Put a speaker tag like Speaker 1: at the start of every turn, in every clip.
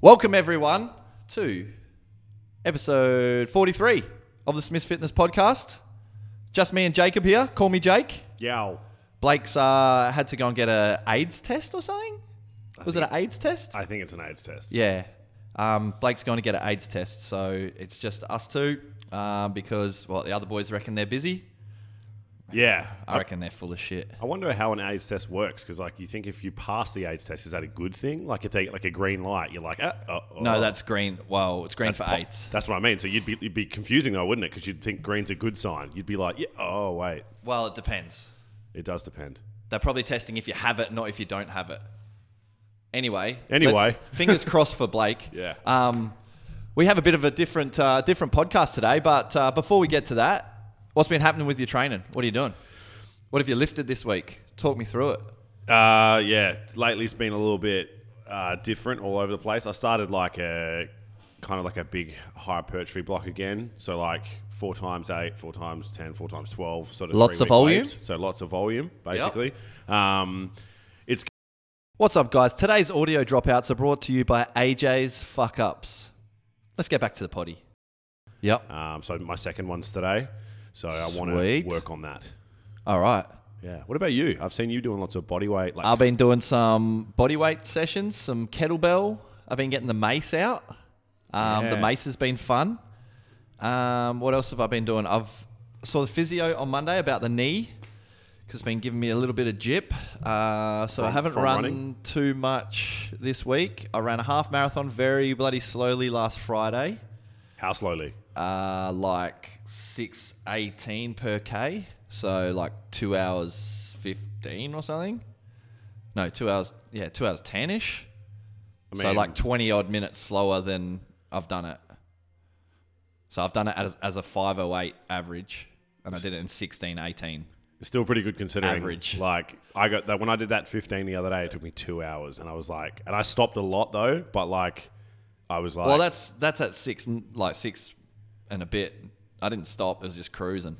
Speaker 1: Welcome, everyone, to episode 43 of the Smiths Fitness Podcast. Just me and Jacob here. Call me Jake.
Speaker 2: Yow.
Speaker 1: Blake's uh, had to go and get a AIDS test or something. Was it an AIDS test?
Speaker 2: I think it's an AIDS test.
Speaker 1: Yeah. Um, Blake's going to get an AIDS test, so it's just us two um, because, well, the other boys reckon they're busy.
Speaker 2: Yeah.
Speaker 1: I reckon they're full of shit.
Speaker 2: I wonder how an AIDS test works because, like, you think if you pass the AIDS test, is that a good thing? Like, if they get like a green light, you're like, ah, oh, oh.
Speaker 1: No, that's green. Well, it's green for
Speaker 2: po-
Speaker 1: AIDS.
Speaker 2: That's what I mean. So you'd be you'd be confusing though, wouldn't it? Because you'd think green's a good sign. You'd be like, yeah, oh wait,
Speaker 1: Well, it depends.
Speaker 2: it does depend.
Speaker 1: They're probably testing if you have it, not if you don't have it. Anyway.
Speaker 2: Anyway.
Speaker 1: let's- fingers crossed for Blake.
Speaker 2: Yeah.
Speaker 1: Um, we have a bit of a different uh, different podcast today, but uh, before we get to that, what's been happening with your training? What are you doing? What have you lifted this week? Talk me through it.
Speaker 2: Uh, yeah, lately it's been a little bit uh, different all over the place. I started like a kind of like a big hypertrophy block again. So like four times eight, four times ten, four times twelve. Sort of
Speaker 1: Lots
Speaker 2: three
Speaker 1: of
Speaker 2: week
Speaker 1: volume?
Speaker 2: waves. So lots of volume, basically. Um, it's
Speaker 1: What's up, guys? Today's audio dropouts are brought to you by AJ's Fuck Ups. Let's get back to the potty. Yep.
Speaker 2: Um, so my second one's today. So I want to
Speaker 1: Sweet.
Speaker 2: work on that.
Speaker 1: All right.
Speaker 2: Yeah. What about you? I've seen you doing lots of body weight. Like,
Speaker 1: I've been doing some body weight sessions, some kettlebell. I've been getting the mace out. Um, The
Speaker 2: Yeah.
Speaker 1: mace has been fun. Um, what else have I been doing? I've saw the physio on Monday about the knee because it's been giving me a little bit of jip. Uh, so I
Speaker 2: From-
Speaker 1: haven't
Speaker 2: from
Speaker 1: run
Speaker 2: running?
Speaker 1: too much this week. I ran a half marathon very bloody slowly last Friday,
Speaker 2: how slowly?
Speaker 1: uh, like six eighteen per k. So like two hours fifteen or something. No, two hours. Yeah, two hours ten ish.
Speaker 2: I
Speaker 1: so like twenty odd minutes slower than I've done it. So I've done it as, as a five oh eight average, and I did it in sixteen eighteen.
Speaker 2: still pretty good considering.
Speaker 1: Average.
Speaker 2: Like I got that when I did that 15 the other day, it took me two hours, and I was like, and I stopped a lot though, but like, I was like,
Speaker 1: Well, that's that's at six n- like six and a bit. I didn't stop. It was just cruising.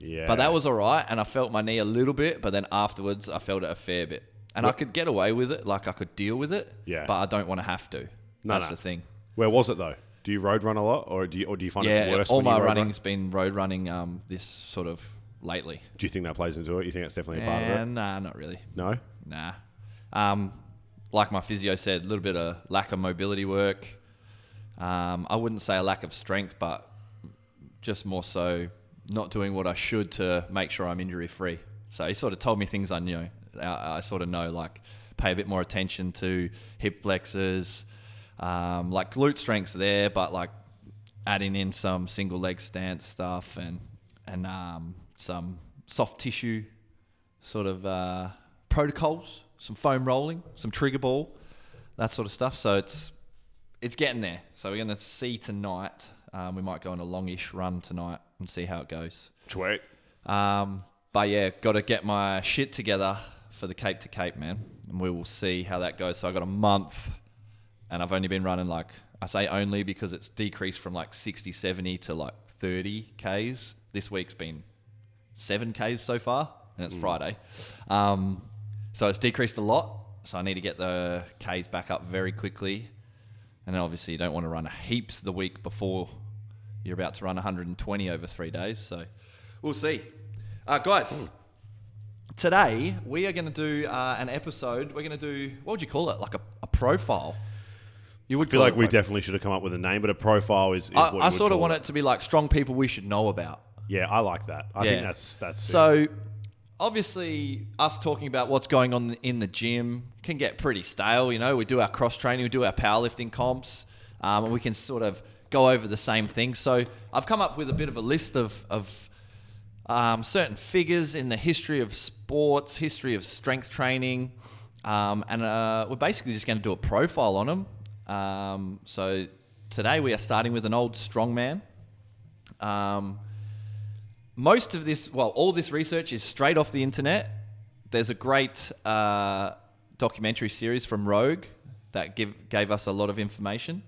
Speaker 2: yeah.
Speaker 1: But that was all right, and I felt my knee a little bit, but then afterwards I felt it a fair bit, and I could get away with it, like I could deal with it.
Speaker 2: Yeah.
Speaker 1: But I don't want to have to.
Speaker 2: No,
Speaker 1: That's
Speaker 2: no.
Speaker 1: the thing.
Speaker 2: Where was it though? Do you road run a lot, or do you, or do you find it's
Speaker 1: Yeah,
Speaker 2: worse?
Speaker 1: all
Speaker 2: when you
Speaker 1: my
Speaker 2: road run?
Speaker 1: running's been road running um, this sort of lately.
Speaker 2: Do you think that plays into it? You think that's definitely a part of it?
Speaker 1: And nah, not really.
Speaker 2: No.
Speaker 1: Nah. Um, like my physio said, a little bit of lack of mobility work. Um, I wouldn't say a lack of strength, but just more so not doing what I should to make sure I'm injury free. So he sort of told me things I knew. I, I sort of know, like pay a bit more attention to hip flexors, um, like glute strengths there, but like adding in some single leg stance stuff and and um, some soft tissue sort of uh, protocols, some foam rolling, some trigger ball, that sort of stuff. So it's it's getting there. So we're going to see tonight. Um, we might go on a longish run tonight and see how it goes.
Speaker 2: Sweet.
Speaker 1: Um, but yeah, got to get my shit together for the Cape to Cape, man, and we will see how that goes. So I got a month, and I've only been running like I say only because it's decreased from like 60, 70 to like 30 k's. This week's been seven k's so far, and
Speaker 2: Mm.
Speaker 1: it's Friday, um, so it's decreased a lot. So I need to get the k's back up very quickly, and then obviously you don't want to run heaps the week before you're about to run 120 over three days. So we'll see. Uh, guys, today we are going to do uh, an episode. We're going to do, what would you call it? Like a, a profile. You would
Speaker 2: I feel
Speaker 1: call
Speaker 2: like
Speaker 1: it
Speaker 2: we
Speaker 1: a profile.
Speaker 2: definitely should have come up with a name, but a profile is. is what you
Speaker 1: I, I
Speaker 2: would
Speaker 1: sort of
Speaker 2: call
Speaker 1: want it to be like strong people we should know about.
Speaker 2: Yeah, I like that. I
Speaker 1: Yeah.
Speaker 2: think that's that's so.
Speaker 1: So, obviously, us talking about what's going on in the gym can get pretty stale. You know, we do our cross training, we do our powerlifting comps, um, and we can sort of go over the same thing. So, I've come up with a bit of a list of, of um, certain figures in the history of sports, history of strength training, um, and uh, we're basically just going to do a profile on them. Um, so, today we are starting with an old strongman. Um, most of this, well, all this research is straight off the internet. There's a great uh, documentary series from Rogue that give, gave us a lot of information.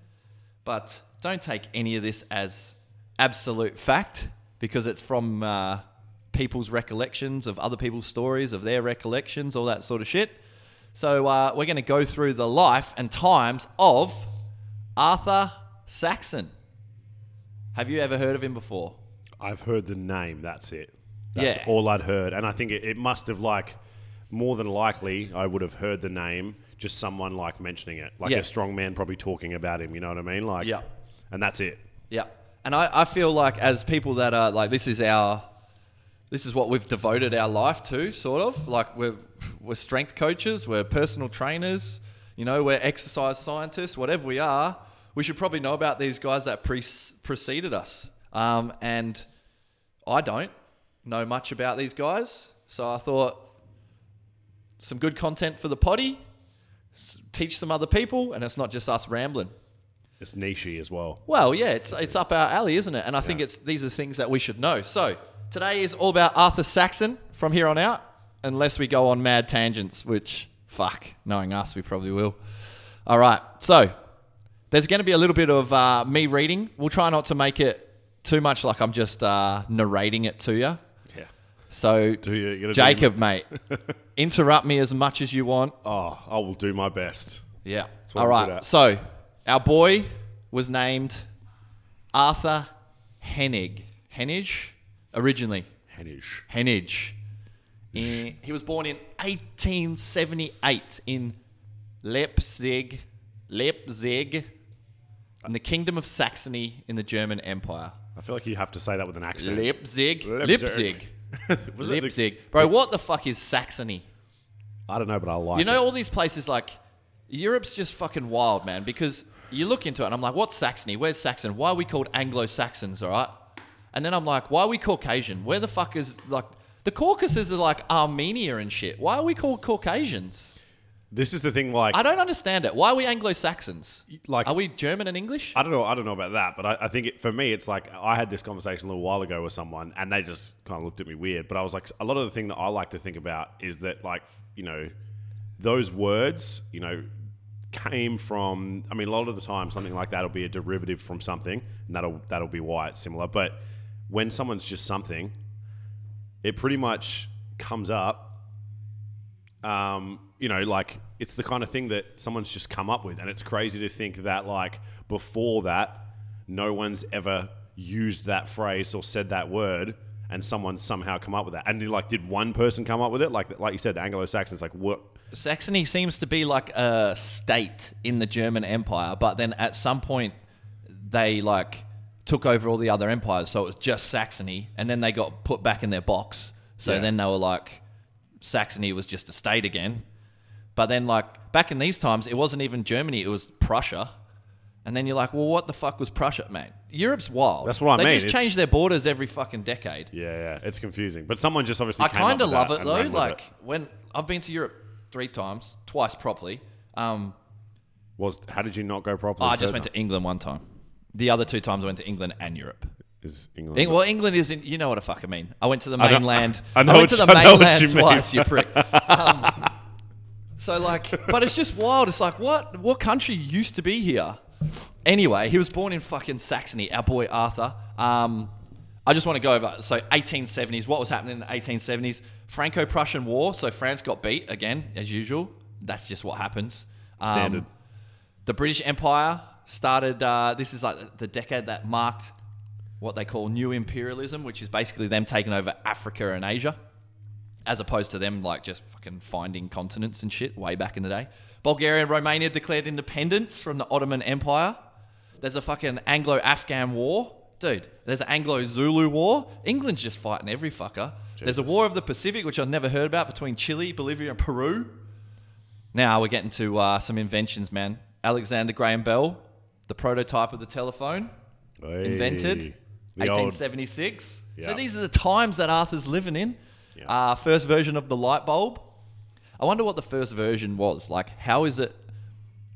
Speaker 1: But don't take any of this as absolute fact because it's from uh, people's recollections of other people's stories, of their recollections, all that sort of shit. So uh, we're going to go through the life and times of Arthur Saxon. Have you ever heard of him before?
Speaker 2: I've heard the name. That's it. That's
Speaker 1: Yeah.
Speaker 2: all I'd heard, and I think it, it must have like more than likely I would have heard the name, just someone like mentioning it, like
Speaker 1: Yeah.
Speaker 2: a strong man probably talking about him. You know what I mean? Like,
Speaker 1: Yeah.
Speaker 2: And that's it.
Speaker 1: Yeah. And I, I feel like as people that are like this is our this is what we've devoted our life to, sort of. Like we're we're strength coaches, we're personal trainers, you know, we're exercise scientists, whatever we are, we should probably know about these guys that pre- preceded us. Um, and I don't know much about these guys, so I thought some good content for the potty, s- teach some other people, and it's not just us rambling.
Speaker 2: It's nichey as well.
Speaker 1: Well, yeah, it's it's up our alley, isn't it? And I think it's these are things that we should know. So today is all about Arthur Saxon from here on out, unless we go on mad tangents, which fuck, knowing us, we probably will. All right, so there's going to be a little bit of uh, me reading. We'll try not to make it too much like I'm just uh, narrating it to you.
Speaker 2: Yeah.
Speaker 1: So
Speaker 2: Do you, you gotta do-
Speaker 1: Jacob, mate, interrupt me as much as you want.
Speaker 2: oh, I will do my best.
Speaker 1: Yeah.
Speaker 2: what
Speaker 1: All
Speaker 2: I'm
Speaker 1: right.
Speaker 2: good at.
Speaker 1: So our boy was named Arthur Hennig. Hennig originally.
Speaker 2: Henish.
Speaker 1: Hennig. Eh, He was born in 1878 in Leipzig, Leipzig, in the Kingdom of Saxony in the German Empire.
Speaker 2: I feel like you have to say that with an accent.
Speaker 1: Leipzig, Leipzig,
Speaker 2: Leipzig. Was it the-
Speaker 1: Leipzig. Bro, what the fuck is Saxony?
Speaker 2: I don't know, but I like.
Speaker 1: You
Speaker 2: it.
Speaker 1: know, all these places like Europe's just fucking wild, man. Because you look into it, and I'm like, what's Saxony? Where's Saxon? Why are we called Anglo Saxons? All right. And then I'm like, why are we Caucasian? Where the fuck is like the Caucasus is like Armenia and shit. Why are we called Caucasians?
Speaker 2: This is the thing. Like,
Speaker 1: I don't understand it. Why are we Anglo Saxons?
Speaker 2: like
Speaker 1: Are we German and English?
Speaker 2: I don't know. I don't know about that, but I, I think it, for me, it's like I had this conversation a little while ago with someone, and they just kind of looked at me weird. But I was like, a lot of the thing that I like to think about is that, like, you know, those words, you know, came from. I mean, a lot of the time, something like that'll be a derivative from something, and that'll that'll be why it's similar. But when someone's just something, it pretty much comes up um, you know, like it's the kind of thing that someone's just come up with, and it's crazy to think that like before that, no one's ever used that phrase or said that word, and someone somehow come up with that. And like, did one person come up with it? Like, like you said, Anglo-Saxons, like what?
Speaker 1: Saxony seems to be like a state in the German Empire, but then at some point they like took over all the other empires, so it was just Saxony, and then they got put back in their box. So
Speaker 2: Yeah.
Speaker 1: then they were like, Saxony was just a state again. But then like back in these times, it wasn't even Germany; it was Prussia. And then you're like, well, what the fuck was Prussia, man? Europe's wild.
Speaker 2: That's what I
Speaker 1: they
Speaker 2: mean,
Speaker 1: They just
Speaker 2: it's-
Speaker 1: change their borders every fucking decade.
Speaker 2: Yeah, yeah, it's confusing. But someone just obviously.
Speaker 1: I
Speaker 2: came up
Speaker 1: kind of
Speaker 2: with
Speaker 1: love
Speaker 2: that
Speaker 1: it
Speaker 2: and
Speaker 1: though.
Speaker 2: ran with
Speaker 1: Like
Speaker 2: it.
Speaker 1: when I've been to Europe three times, twice properly. Um,
Speaker 2: was how did you not go properly?
Speaker 1: Oh, I
Speaker 2: the
Speaker 1: just went
Speaker 2: third
Speaker 1: to England one time. The other two times I went to England and Europe.
Speaker 2: time? Is England?
Speaker 1: Eng- well, England is in. You know what I fucking mean. I went to the
Speaker 2: know-
Speaker 1: mainland.
Speaker 2: I know
Speaker 1: went to the
Speaker 2: what- I know what
Speaker 1: mainland
Speaker 2: you mean.
Speaker 1: twice. You prick. Um, so like, but it's just wild. It's like what? What country used to be here? Anyway, he was born in fucking Saxony. Our boy Arthur. Um, I just want to go over. So 1870s. What was happening in the 1870s? Franco-Prussian War. So France got beat again, as usual. That's just what happens. Um,
Speaker 2: Standard.
Speaker 1: the British Empire started. Uh, this is like the decade that marked what they call new imperialism, which is basically them taking over Africa and Asia, as opposed to them like just fucking finding continents and shit way back in the day. Bulgaria and Romania declared independence from the Ottoman Empire. There's a fucking Anglo-Afghan war, dude. There's an Anglo-Zulu war. England's just fighting every fucker. There's a
Speaker 2: Jesus.
Speaker 1: war of the Pacific, which I've never heard about, between Chile, Bolivia, and Peru. Now we're getting to uh, some inventions, man. Alexander Graham Bell, the prototype of the telephone,
Speaker 2: Hey,
Speaker 1: invented
Speaker 2: the old
Speaker 1: 1876. So
Speaker 2: Yeah.
Speaker 1: these are the times that Arthur's living in.
Speaker 2: Yeah.
Speaker 1: Uh, first version of the light bulb. I wonder what the first version was. Like, how is it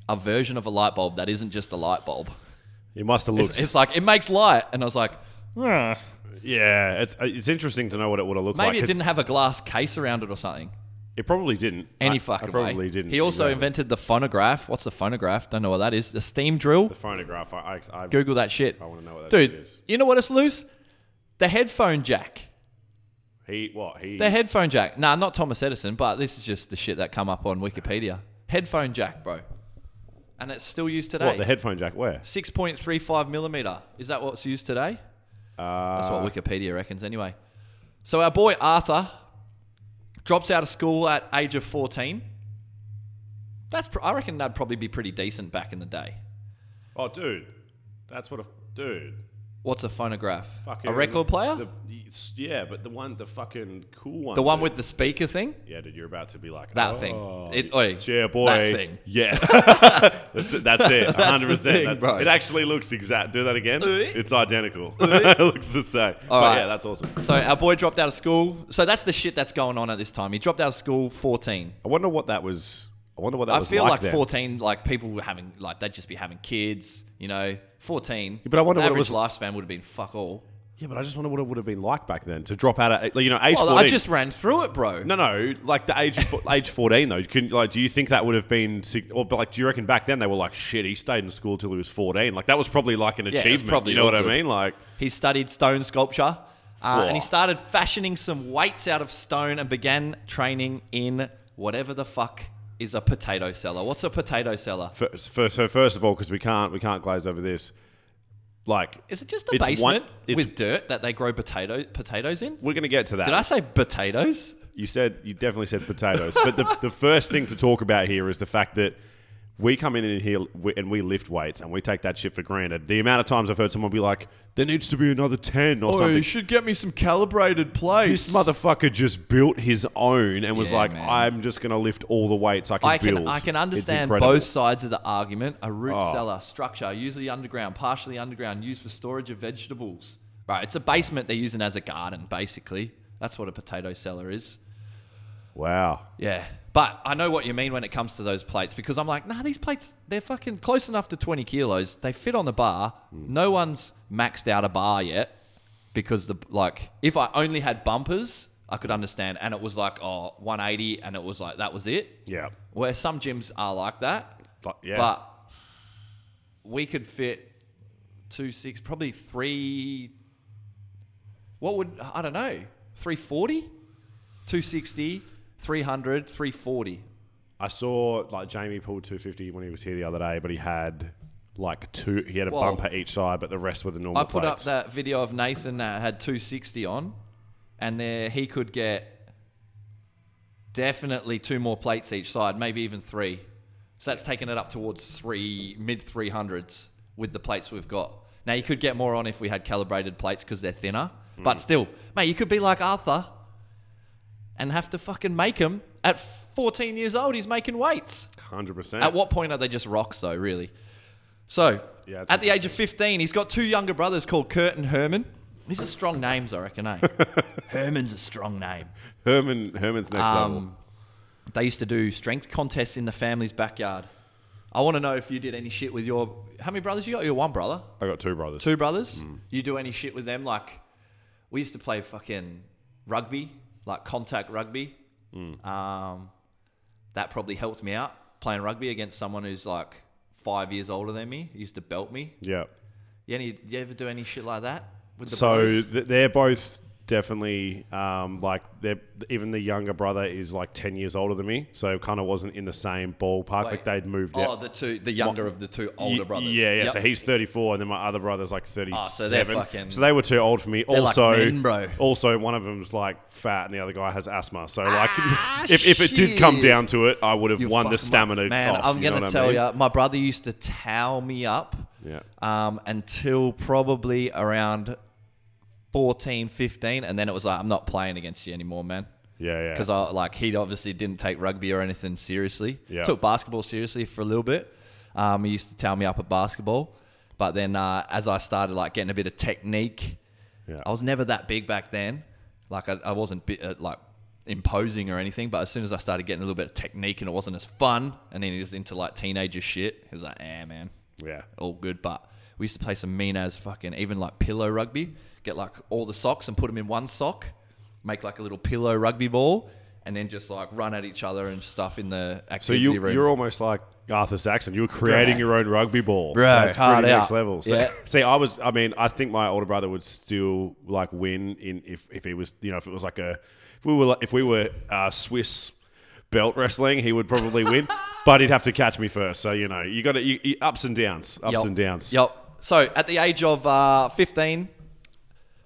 Speaker 1: a version of a light bulb that isn't just a light bulb?
Speaker 2: It must have
Speaker 1: It's,
Speaker 2: looked.
Speaker 1: it's like, it makes light. And I was like, "Huh."
Speaker 2: yeah, it's uh, it's interesting to know what it would have looked
Speaker 1: maybe
Speaker 2: like.
Speaker 1: it
Speaker 2: 'cause
Speaker 1: didn't have a glass case around it or something.
Speaker 2: It probably didn't.
Speaker 1: Any
Speaker 2: I,
Speaker 1: fucking
Speaker 2: I probably
Speaker 1: way.
Speaker 2: didn't.
Speaker 1: He also
Speaker 2: exactly.
Speaker 1: invented the phonograph. What's the phonograph? Don't know what that is. The steam drill.
Speaker 2: the phonograph. I, I, I
Speaker 1: Google that shit.
Speaker 2: I wanna know what that
Speaker 1: Dude,
Speaker 2: shit is.
Speaker 1: you know what it's loose? The headphone jack.
Speaker 2: He what he?
Speaker 1: The headphone jack. Nah, not Thomas Edison, but this is just the shit that come up on Wikipedia. Headphone jack, bro. and it's still used today.
Speaker 2: What the headphone jack? Where?
Speaker 1: 6.35 millimeter. Is that what's used today?
Speaker 2: Uh,
Speaker 1: That's what Wikipedia reckons, anyway. So our boy Arthur drops out of school at age of 14. That's pr- I reckon that'd probably be pretty decent back in the day.
Speaker 2: oh, dude, that's what a dude.
Speaker 1: What's a phonograph?
Speaker 2: Fucking
Speaker 1: a record player?
Speaker 2: The,
Speaker 1: The,
Speaker 2: yeah, but the one, the fucking cool one.
Speaker 1: one
Speaker 2: dude.
Speaker 1: with the speaker thing?
Speaker 2: Yeah, dude, you're about to be like
Speaker 1: That
Speaker 2: oh,
Speaker 1: thing. It- oi,
Speaker 2: yeah, boy.
Speaker 1: that thing.
Speaker 2: Yeah, that's it. That's it.
Speaker 1: the
Speaker 2: 100.
Speaker 1: thing,
Speaker 2: percent
Speaker 1: bro.
Speaker 2: It actually looks exact. Do that again.
Speaker 1: Oi.
Speaker 2: It's identical. it looks the same. but
Speaker 1: right.
Speaker 2: yeah, that's awesome.
Speaker 1: So our boy dropped out of school. So that's the shit that's going on at this time. He dropped out of school 14.
Speaker 2: I wonder what that was. I wonder what that
Speaker 1: I
Speaker 2: was
Speaker 1: feel
Speaker 2: like,
Speaker 1: like,
Speaker 2: then.
Speaker 1: 14, like people were having, like they'd just be having kids, you know. 14.
Speaker 2: but I wonder
Speaker 1: the
Speaker 2: what it
Speaker 1: average
Speaker 2: was-
Speaker 1: lifespan would have been fuck all.
Speaker 2: Yeah, but I just wonder what it would have been like back then to drop out at like, you know age
Speaker 1: Well,
Speaker 2: 14.
Speaker 1: Oh, I just ran through it, bro.
Speaker 2: no, no, like the age of fo- age 14 though. Can, like, do you think that would have been sig- or but like do you reckon back then they were like shit? He stayed in school till he was 14. Like that was probably like an
Speaker 1: was
Speaker 2: achievement.
Speaker 1: probably
Speaker 2: you know what
Speaker 1: all good.
Speaker 2: I mean? Like
Speaker 1: He studied stone sculpture, uh,
Speaker 2: Whoa.
Speaker 1: and he started fashioning some weights out of stone and began training in whatever the fuck is a potato cellar. What's a potato cellar?
Speaker 2: first, so first of all, because we can't we can't glaze over this. Like
Speaker 1: Is it just a
Speaker 2: It's one-
Speaker 1: basement
Speaker 2: it's-
Speaker 1: with dirt that they grow potato potatoes in?
Speaker 2: we're gonna get to that.
Speaker 1: Did I say potatoes?
Speaker 2: You said you definitely said potatoes, but the, the first thing to talk about here is the fact that we come in and here we, and we lift weights and we take that shit for granted. The amount of times I've heard someone be like, "There needs to be another ten
Speaker 1: Oh,
Speaker 2: or something."
Speaker 1: should get me some calibrated plates.
Speaker 2: this motherfucker just built his own and was
Speaker 1: Yeah,
Speaker 2: like,
Speaker 1: man.
Speaker 2: "I'm just gonna lift all the weights I can,
Speaker 1: I can
Speaker 2: build."
Speaker 1: I can
Speaker 2: It's
Speaker 1: understand
Speaker 2: incredible.
Speaker 1: both sides of the argument. A root
Speaker 2: Oh.
Speaker 1: cellar structure, usually underground, partially underground, used for storage of vegetables. Right, it's a basement they're using as a garden, basically. That's what a potato cellar is.
Speaker 2: Wow.
Speaker 1: Yeah, but I know what you mean when it comes to those plates because I'm like, nah, these plates they're fucking close enough to 20 kilos. They fit on the bar. No one's maxed out a bar yet because the like if I only had bumpers, I could understand, and it was like oh 180, and it was like that was it.
Speaker 2: Yeah.
Speaker 1: Where some gyms are like that,
Speaker 2: But- yeah.
Speaker 1: but we could fit two six, probably three. What would I don't know? 340, 260, 300, 340.
Speaker 2: I saw like Jamie pulled 250 when he was here the other day, but he had like two. He had a
Speaker 1: Whoa.
Speaker 2: bumper each side, but the rest were the normal
Speaker 1: I put
Speaker 2: plates.
Speaker 1: up that video of Nathan that had 260 on, and there he could get definitely two more plates each side, maybe even three. So that's taking it up towards three mid 300s with the plates we've got. Now you could get more on if we had calibrated plates because they're thinner,
Speaker 2: Hmm.
Speaker 1: but still, mate, you could be like Arthur and have to fucking make them at 14 years old. He's making weights.
Speaker 2: 100%.
Speaker 1: At what point are they just rocks, though, really? So,
Speaker 2: Yeah, that's
Speaker 1: at the age of 15, he's got two younger brothers called Kurt and Herman. These are strong names, I reckon, eh? Herman's a strong name.
Speaker 2: Herman Herman's next level.
Speaker 1: Um, they used to do strength contests in the family's backyard. I want to know if you did any shit with your. How many brothers you got? Your one brother?
Speaker 2: I got two brothers.
Speaker 1: Two brothers?
Speaker 2: Hmm.
Speaker 1: You do any shit with them? Like, we used to play fucking rugby, like contact rugby.
Speaker 2: Hmm.
Speaker 1: Um, that probably helped me out playing rugby against someone who's like five years older than me. He used to belt me.
Speaker 2: Yeah.
Speaker 1: You, any, you ever do any shit like that with the
Speaker 2: So
Speaker 1: brothers?
Speaker 2: th- they're both definitely um, like they're even the younger brother is like ten years older than me, so kind of wasn't in the same ballpark. like
Speaker 1: Wait.
Speaker 2: they'd moved
Speaker 1: Oh,
Speaker 2: out.
Speaker 1: the two, the younger of the two older
Speaker 2: Y-
Speaker 1: brothers.
Speaker 2: Yeah, yeah.
Speaker 1: Yep. Oh,
Speaker 2: So he's 34, and then my other brother's like 37.
Speaker 1: so they're fucking-
Speaker 2: So they were too old for me.
Speaker 1: like
Speaker 2: Also,
Speaker 1: men, bro.
Speaker 2: also one of them's like fat, and the other guy has asthma. So like, if, if it did come
Speaker 1: Ah, shit.
Speaker 2: down to it, I would have
Speaker 1: You
Speaker 2: won
Speaker 1: fuck
Speaker 2: the
Speaker 1: my-
Speaker 2: stamina.
Speaker 1: Man,
Speaker 2: off,
Speaker 1: I'm
Speaker 2: you know
Speaker 1: gonna
Speaker 2: what I
Speaker 1: tell
Speaker 2: mean?
Speaker 1: you, my brother used to towel me up.
Speaker 2: Yeah.
Speaker 1: Um, until probably around 14, 15, and then it was like, I'm not playing against you anymore, man.
Speaker 2: Yeah, yeah.
Speaker 1: Because I like he obviously didn't take rugby or anything seriously.
Speaker 2: Yeah.
Speaker 1: Took basketball seriously for a little bit. Um, he used to towel me up at basketball, but then uh, as I started like getting a bit of technique,
Speaker 2: Yeah.
Speaker 1: I was never that big back then. Like I, I wasn't bi- uh, like imposing or anything, but as soon as I started getting a little bit of technique and it wasn't as fun, and then he was into like teenager shit, he was like, "Ah, man,
Speaker 2: yeah.
Speaker 1: all good." But we used to play some mean as fucking even like pillow rugby. Get like all the socks and put them in one sock, make like a little pillow rugby ball, and then just like run at each other and stuff in the activity
Speaker 2: So you
Speaker 1: room.
Speaker 2: you're almost like Arthur Saxon. You were creating
Speaker 1: Bruh.
Speaker 2: your own rugby ball.
Speaker 1: Bruh,
Speaker 2: That's
Speaker 1: hard
Speaker 2: pretty
Speaker 1: out.
Speaker 2: next level. So,
Speaker 1: Yeah.
Speaker 2: See, I was. I mean, I think my older brother would still like win in if if he was you know if it was like a if we were like, if we were uh, Swiss belt wrestling, he would probably win. but he'd have to catch me first. So you know, you got to you, you- ups and downs, ups
Speaker 1: Yep.
Speaker 2: and downs.
Speaker 1: Yep. So at the age of uh, 15,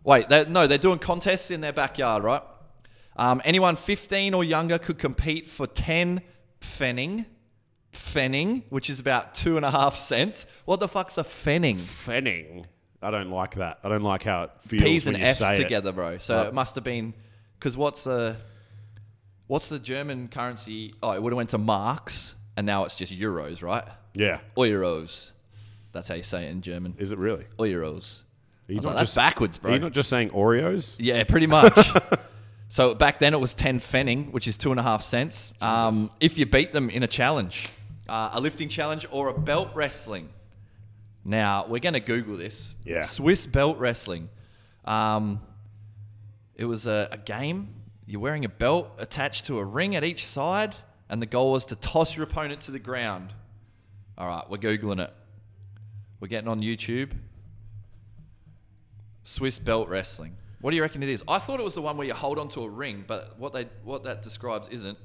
Speaker 1: wait, they, no, they're doing contests in their backyard, right? Um, anyone 15 or younger could compete for 10 pfennig, pfennig, which is about two and a half cents. What the fuck's a pfennig?
Speaker 2: Fenning. I don't like that. I don't like how it feels
Speaker 1: P's
Speaker 2: when
Speaker 1: and
Speaker 2: you
Speaker 1: F's
Speaker 2: say it.
Speaker 1: together, bro. So it must have been because what's the what's the German currency? Oh, it would have went to marks, and now it's just euros, right?
Speaker 2: Yeah.
Speaker 1: Euros. That's how you say it in German.
Speaker 2: Is it really?
Speaker 1: Euros.
Speaker 2: Are you
Speaker 1: I was like, Oh, That's backwards, bro.
Speaker 2: Are you not just saying Oreos?
Speaker 1: Yeah, pretty much. so back then it was 10 fenning, which is two and a half cents. Um, if you beat them in a challenge, uh, a lifting challenge or a belt wrestling. Now, we're going to Google this.
Speaker 2: Yeah.
Speaker 1: Swiss belt wrestling. Um, it was a, a game. You're wearing a belt attached to a ring at each side, and the goal was to toss your opponent to the ground. All right, we're Googling it. We're getting on YouTube. Swiss belt wrestling. What do you reckon it is? I thought it was the one where you hold onto a ring, but what they what that describes isn't.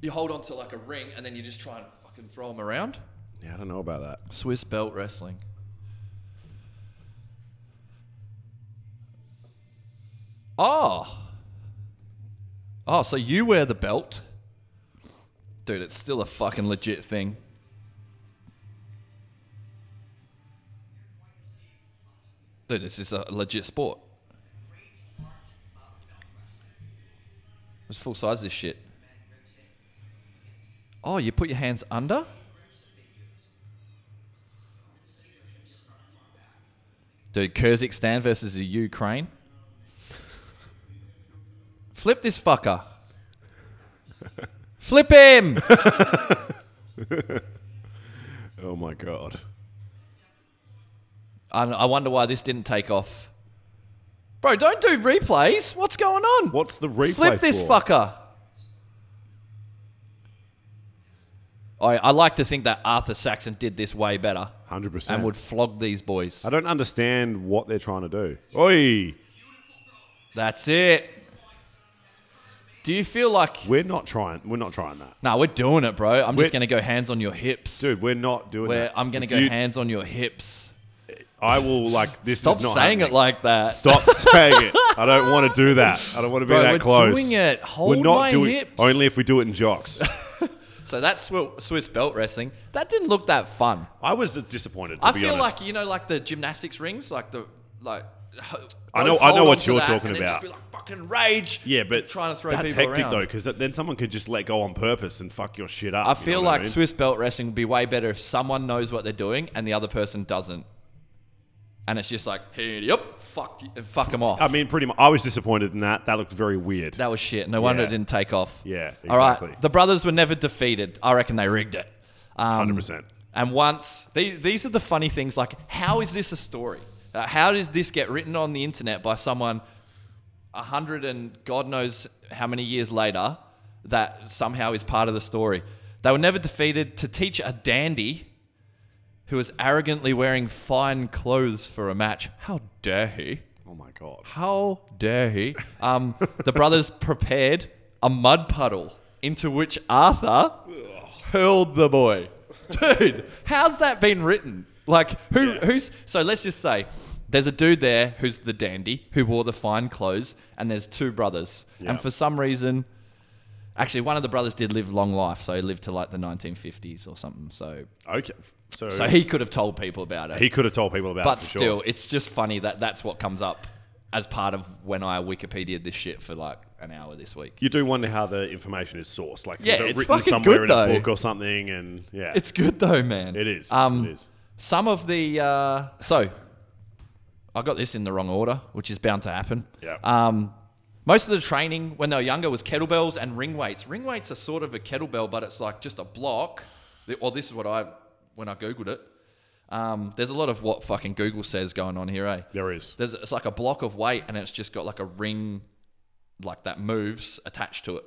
Speaker 1: You hold onto like a ring and then you just try and fucking throw them around.
Speaker 2: Yeah, I don't know about that.
Speaker 1: Swiss belt wrestling. Oh. Oh, so you wear the belt. Dude, it's still a fucking legit thing. Dude, this is a legit sport. It's full size this shit. Oh, you put your hands under? Dude, Kyrgyzstan versus the Ukraine. Flip this fucker. Flip him!
Speaker 2: Oh my god.
Speaker 1: I, I wonder why this didn't take off. Bro, don't do replays. What's going on?
Speaker 2: What's the replay
Speaker 1: Flip this
Speaker 2: for?
Speaker 1: fucker. I, I like to think that Arthur Saxon did this way better
Speaker 2: 100%.
Speaker 1: and would flog these boys.
Speaker 2: I don't understand what they're trying to do. Oi,
Speaker 1: That's it. Do you feel like.
Speaker 2: we're not trying. We're not trying that,
Speaker 1: Nah, we're doing it, bro. I'm
Speaker 2: We're-
Speaker 1: just going to go hands on your hips.
Speaker 2: dude. We're not doing
Speaker 1: Where
Speaker 2: that.
Speaker 1: I'm going to
Speaker 2: If
Speaker 1: go
Speaker 2: you-
Speaker 1: hands on your hips.
Speaker 2: I will like this.
Speaker 1: Stop
Speaker 2: is not
Speaker 1: saying it
Speaker 2: happening.
Speaker 1: like that.
Speaker 2: Stop saying it. I don't want to do that. I don't want to be
Speaker 1: Bro,
Speaker 2: that
Speaker 1: we're
Speaker 2: close.
Speaker 1: doing it. Hold
Speaker 2: we're not
Speaker 1: my
Speaker 2: doing
Speaker 1: hips.
Speaker 2: only if we do it in jocks.
Speaker 1: So that's Swi- Swiss belt wrestling. That didn't look that fun.
Speaker 2: I was disappointed. To
Speaker 1: I
Speaker 2: be
Speaker 1: feel
Speaker 2: honest.
Speaker 1: like you know, like the gymnastics rings, like the like. ho-
Speaker 2: I know-
Speaker 1: both
Speaker 2: I know
Speaker 1: hold
Speaker 2: what
Speaker 1: onto
Speaker 2: you're
Speaker 1: that
Speaker 2: talking
Speaker 1: and then
Speaker 2: about.
Speaker 1: Just be like fucking rage.
Speaker 2: yeah, but
Speaker 1: trying to throw
Speaker 2: that's
Speaker 1: people
Speaker 2: hectic
Speaker 1: around.
Speaker 2: though, because then someone could just let go on purpose and fuck your shit up.
Speaker 1: I
Speaker 2: you
Speaker 1: feel
Speaker 2: know what
Speaker 1: like
Speaker 2: mean?
Speaker 1: Swiss belt wrestling would be way better if someone knows what they're doing and the other person doesn't, and it's just like, hey, yep, fuck, you- fuck them off.
Speaker 2: I mean, pretty much. I was disappointed in that. That looked very weird.
Speaker 1: that was shit. No wonder
Speaker 2: Yeah.
Speaker 1: it didn't take off.
Speaker 2: Yeah,
Speaker 1: All
Speaker 2: exactly.
Speaker 1: right, the brothers were never defeated. I reckon they rigged it. Um,
Speaker 2: Hundred percent.
Speaker 1: And once these, these are the funny things like how is this a story? Uh, how does this get written on the internet by someone a hundred and God knows how many years later that somehow is part of the story? They were never defeated to teach a dandy who was arrogantly wearing fine clothes for a match. How dare he?
Speaker 2: Oh my god.
Speaker 1: How dare he? Um, the brothers prepared a mud puddle into which Arthur hurled the boy. Dude, how's that been written? Like, who,
Speaker 2: Yeah.
Speaker 1: who's. So let's just say there's a dude there who's the dandy who wore the fine clothes, and there's two brothers.
Speaker 2: Yeah.
Speaker 1: And for some reason. Actually, one of the brothers did live long life, so he lived to like the 1950s or something. So,
Speaker 2: Okay. So,
Speaker 1: so
Speaker 2: he,
Speaker 1: he could have told people about it.
Speaker 2: could have told people about
Speaker 1: But
Speaker 2: it for
Speaker 1: still,
Speaker 2: sure.
Speaker 1: it's just funny that that's what comes up as part of when I Wikipedia this shit for like an hour this week.
Speaker 2: You do wonder how the information is sourced. Like,
Speaker 1: Yeah,
Speaker 2: is it
Speaker 1: it's
Speaker 2: written
Speaker 1: fucking
Speaker 2: somewhere
Speaker 1: good,
Speaker 2: in a
Speaker 1: though.
Speaker 2: book or something? And yeah,
Speaker 1: It's um, good though, man.
Speaker 2: It is. It is.
Speaker 1: Some of the uh, so I got this in the wrong order, which is bound to happen.
Speaker 2: Yeah.
Speaker 1: Um, most of the training when they were younger was kettlebells and ring weights. Ring weights are sort of a kettlebell, but it's like just a block. Th- Well, this is what I when I googled it. Um, there's a lot of what fucking Google says going on here, eh?
Speaker 2: there is.
Speaker 1: There's it's like a block of weight, and it's just got like a ring, like that moves attached to it.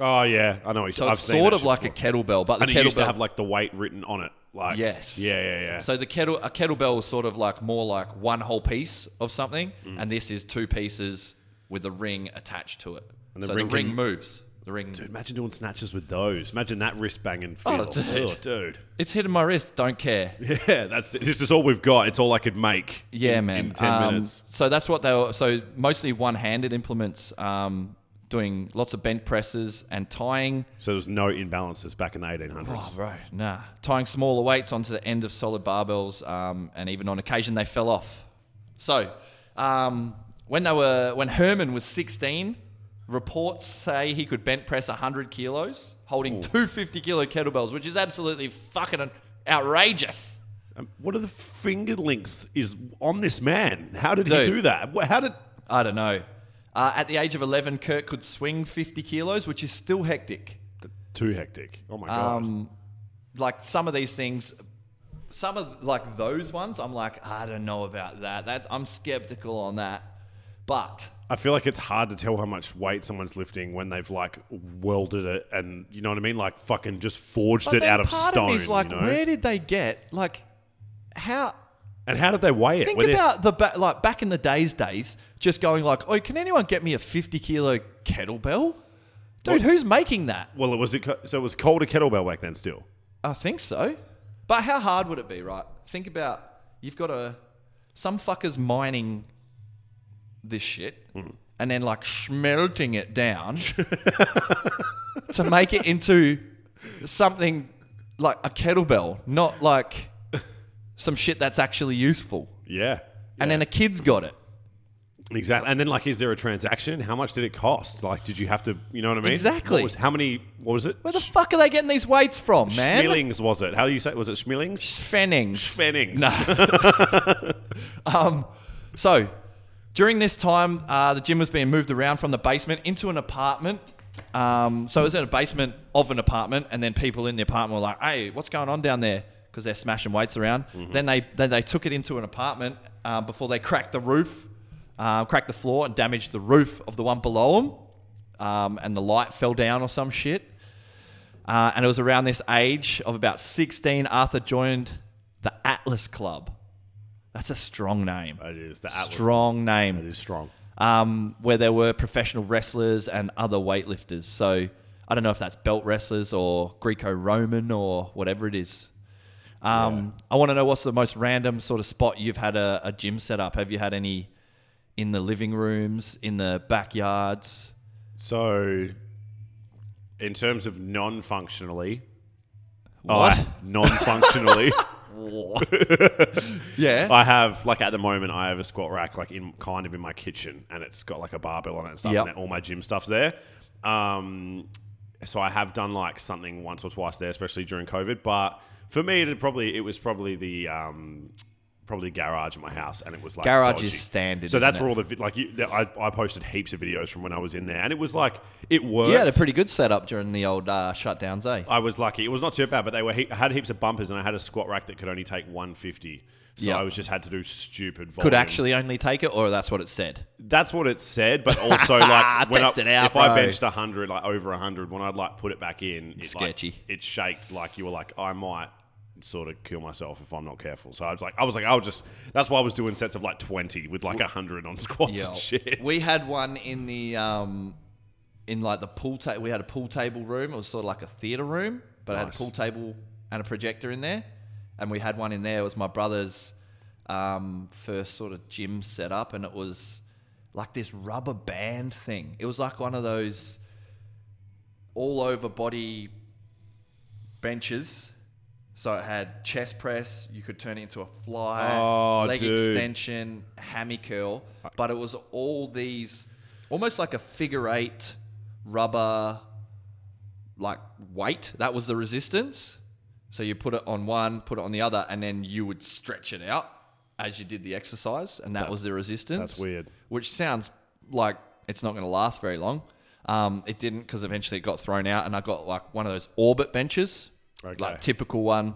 Speaker 2: Oh yeah, I know. what you-
Speaker 1: So
Speaker 2: I've
Speaker 1: it's
Speaker 2: seen
Speaker 1: sort
Speaker 2: that
Speaker 1: of
Speaker 2: shit
Speaker 1: like
Speaker 2: before.
Speaker 1: a kettlebell, but the
Speaker 2: and
Speaker 1: kettlebell.
Speaker 2: it used to have like the weight written on it. Like
Speaker 1: Yes.
Speaker 2: yeah, yeah, yeah.
Speaker 1: so the kettle a kettlebell is sort of like more like one whole piece of
Speaker 2: Mm.
Speaker 1: something, and this is two pieces with a ring attached to it.
Speaker 2: the
Speaker 1: so
Speaker 2: ring
Speaker 1: the ring
Speaker 2: can-
Speaker 1: moves. The ring.
Speaker 2: Dude, imagine doing snatches with those. Imagine that wrist banging feel.
Speaker 1: Oh, dude.
Speaker 2: Oh, dude.
Speaker 1: It's hitting my wrist. Don't care.
Speaker 2: Yeah, that's it. This is all we've got. It's all I could make.
Speaker 1: Yeah,
Speaker 2: in,
Speaker 1: man.
Speaker 2: In ten
Speaker 1: Um,
Speaker 2: minutes.
Speaker 1: So that's what they were. So mostly one-handed implements, um, doing lots of bench presses and tying.
Speaker 2: So there's no imbalances back in the 1800s.
Speaker 1: Oh, bro, nah. Tying smaller weights onto the end of solid barbells, um, and even on occasion they fell off. So, um, when they were when Herman was 16, reports say he could bench press 100 kilos, holding 250 kilo kettlebells, which is absolutely fucking outrageous.
Speaker 2: Um, What are the finger length is on this man? How did
Speaker 1: Dude.
Speaker 2: he do that? Wha- How did?
Speaker 1: I don't know. Uh, at the age of 11, Kurt could swing 50 kilos, which is still hectic.
Speaker 2: Too hectic. Oh my god.
Speaker 1: Um, like some of these things, some of like those ones, I'm like, I don't know about that. That's I'm skeptical on that. But
Speaker 2: I feel like it's hard to tell how much weight someone's lifting when they've like welded it and you know what I mean, like fucking just forged
Speaker 1: but
Speaker 2: it
Speaker 1: then
Speaker 2: out of
Speaker 1: part
Speaker 2: stone.
Speaker 1: me is like,
Speaker 2: you know?
Speaker 1: where did they get like how?
Speaker 2: And how did they weigh it?
Speaker 1: Think
Speaker 2: Were there s-
Speaker 1: about the ba- like back in the days days, just going like, oh, can anyone get me a 50 kilo kettlebell? Dude, who's making that?
Speaker 2: well, it was it co- so it was cold a kettlebell back then still.
Speaker 1: I think so. But how hard would it be, right? Think about you've got a some fuckers mining this shit and then like smelting it down to make it into something like a kettlebell, not like some shit that's actually useful.
Speaker 2: Yeah.
Speaker 1: And then a kid's got it.
Speaker 2: Exactly. And then like, is there a transaction? How much did it cost? Like, did you have to? You know what I mean?
Speaker 1: Exactly.
Speaker 2: What was, how many? What was it?
Speaker 1: Where the fuck are they getting these weights from, man?
Speaker 2: Schmillings was it? How do you say? it? Was it Schmillings?
Speaker 1: Fennings.
Speaker 2: Schwennings.
Speaker 1: Um, so, during this time, uh, the gym was being moved around from the basement into an apartment. Um, so it was in a basement of an apartment, and then people in the apartment were like, "Hey, what's going on down there?" Because they're smashing weights around. Then they then they took it into an apartment uh, before they cracked the roof, uh, cracked the floor, and damaged the roof of the one below them. Um, and the light fell down or some shit. Uh, and it was around this age of about 16, Arthur joined the Atlas Club. That's a strong name.
Speaker 2: It is the Atlas.
Speaker 1: Strong
Speaker 2: It
Speaker 1: name.
Speaker 2: is strong.
Speaker 1: Um, where there were professional wrestlers and other weightlifters. So I don't know if that's belt wrestlers or Greco Roman or whatever it is. Um, I want to know what's the most random sort of spot you've had a, a gym set up. Have you had any in the living rooms, in the backyards?
Speaker 2: So, in terms of non-functionally,
Speaker 1: What?
Speaker 2: Oh, I- non-functionally,
Speaker 1: Yeah.
Speaker 2: I have like at the moment I have a squat rack like in kind of in my kitchen, and it's got like a barbell on it and stuff,
Speaker 1: Yep.
Speaker 2: and all my gym stuff's there. Um, so I have done like something once or twice there, especially during COVID. But for me, it probably it was probably the um, probably garage at my house, and it was like
Speaker 1: Garage is
Speaker 2: dodgy.
Speaker 1: standard,
Speaker 2: So that's
Speaker 1: isn't
Speaker 2: where all the vi- like you, I, I posted heaps of videos from when I was in there, and it was like it worked.
Speaker 1: you had a pretty good setup during the old uh, shutdowns, eh?
Speaker 2: I was lucky. It was not too bad, but they were he- I had heaps of bumpers, and I had a squat rack that could only take 150. So
Speaker 1: Yeah.
Speaker 2: I was just had to do stupid volume.
Speaker 1: Could actually only take it, or that's what it said.
Speaker 2: That's what it said, but also like when I,
Speaker 1: Test it out,
Speaker 2: if I
Speaker 1: bro.
Speaker 2: benched 100, like over 100, when I'd like put it back in, it,
Speaker 1: Sketchy.
Speaker 2: Like, it shaked like you were like I might sort of kill myself if I'm not careful. So I was like, I was like, I'll just. That's why I was doing sets of like 20 with like 100 on squats
Speaker 1: Yeah.
Speaker 2: and shit.
Speaker 1: We had one in the um, in like the pool table. We had a pool table room. It was sort of like a theater room, but it had a
Speaker 2: Nice.
Speaker 1: pool table and a projector in there. And we had one in there. It was my brother's um, first sort of gym setup, and it was like this rubber band thing. It was like one of those all over body benches. So it had chest press. You could turn it into a fly,
Speaker 2: Oh,
Speaker 1: leg
Speaker 2: dude.
Speaker 1: extension, hammy curl. But it was all these, almost like a figure eight rubber, like weight. That was the resistance. So you put it on one, put it on the other, and then you would stretch it out as you did the exercise, and that, was the resistance.
Speaker 2: that's weird.
Speaker 1: Which sounds like it's not going to last very long. Um, it didn't because eventually it got thrown out, and I got like one of those orbit benches,
Speaker 2: Okay.
Speaker 1: like typical one.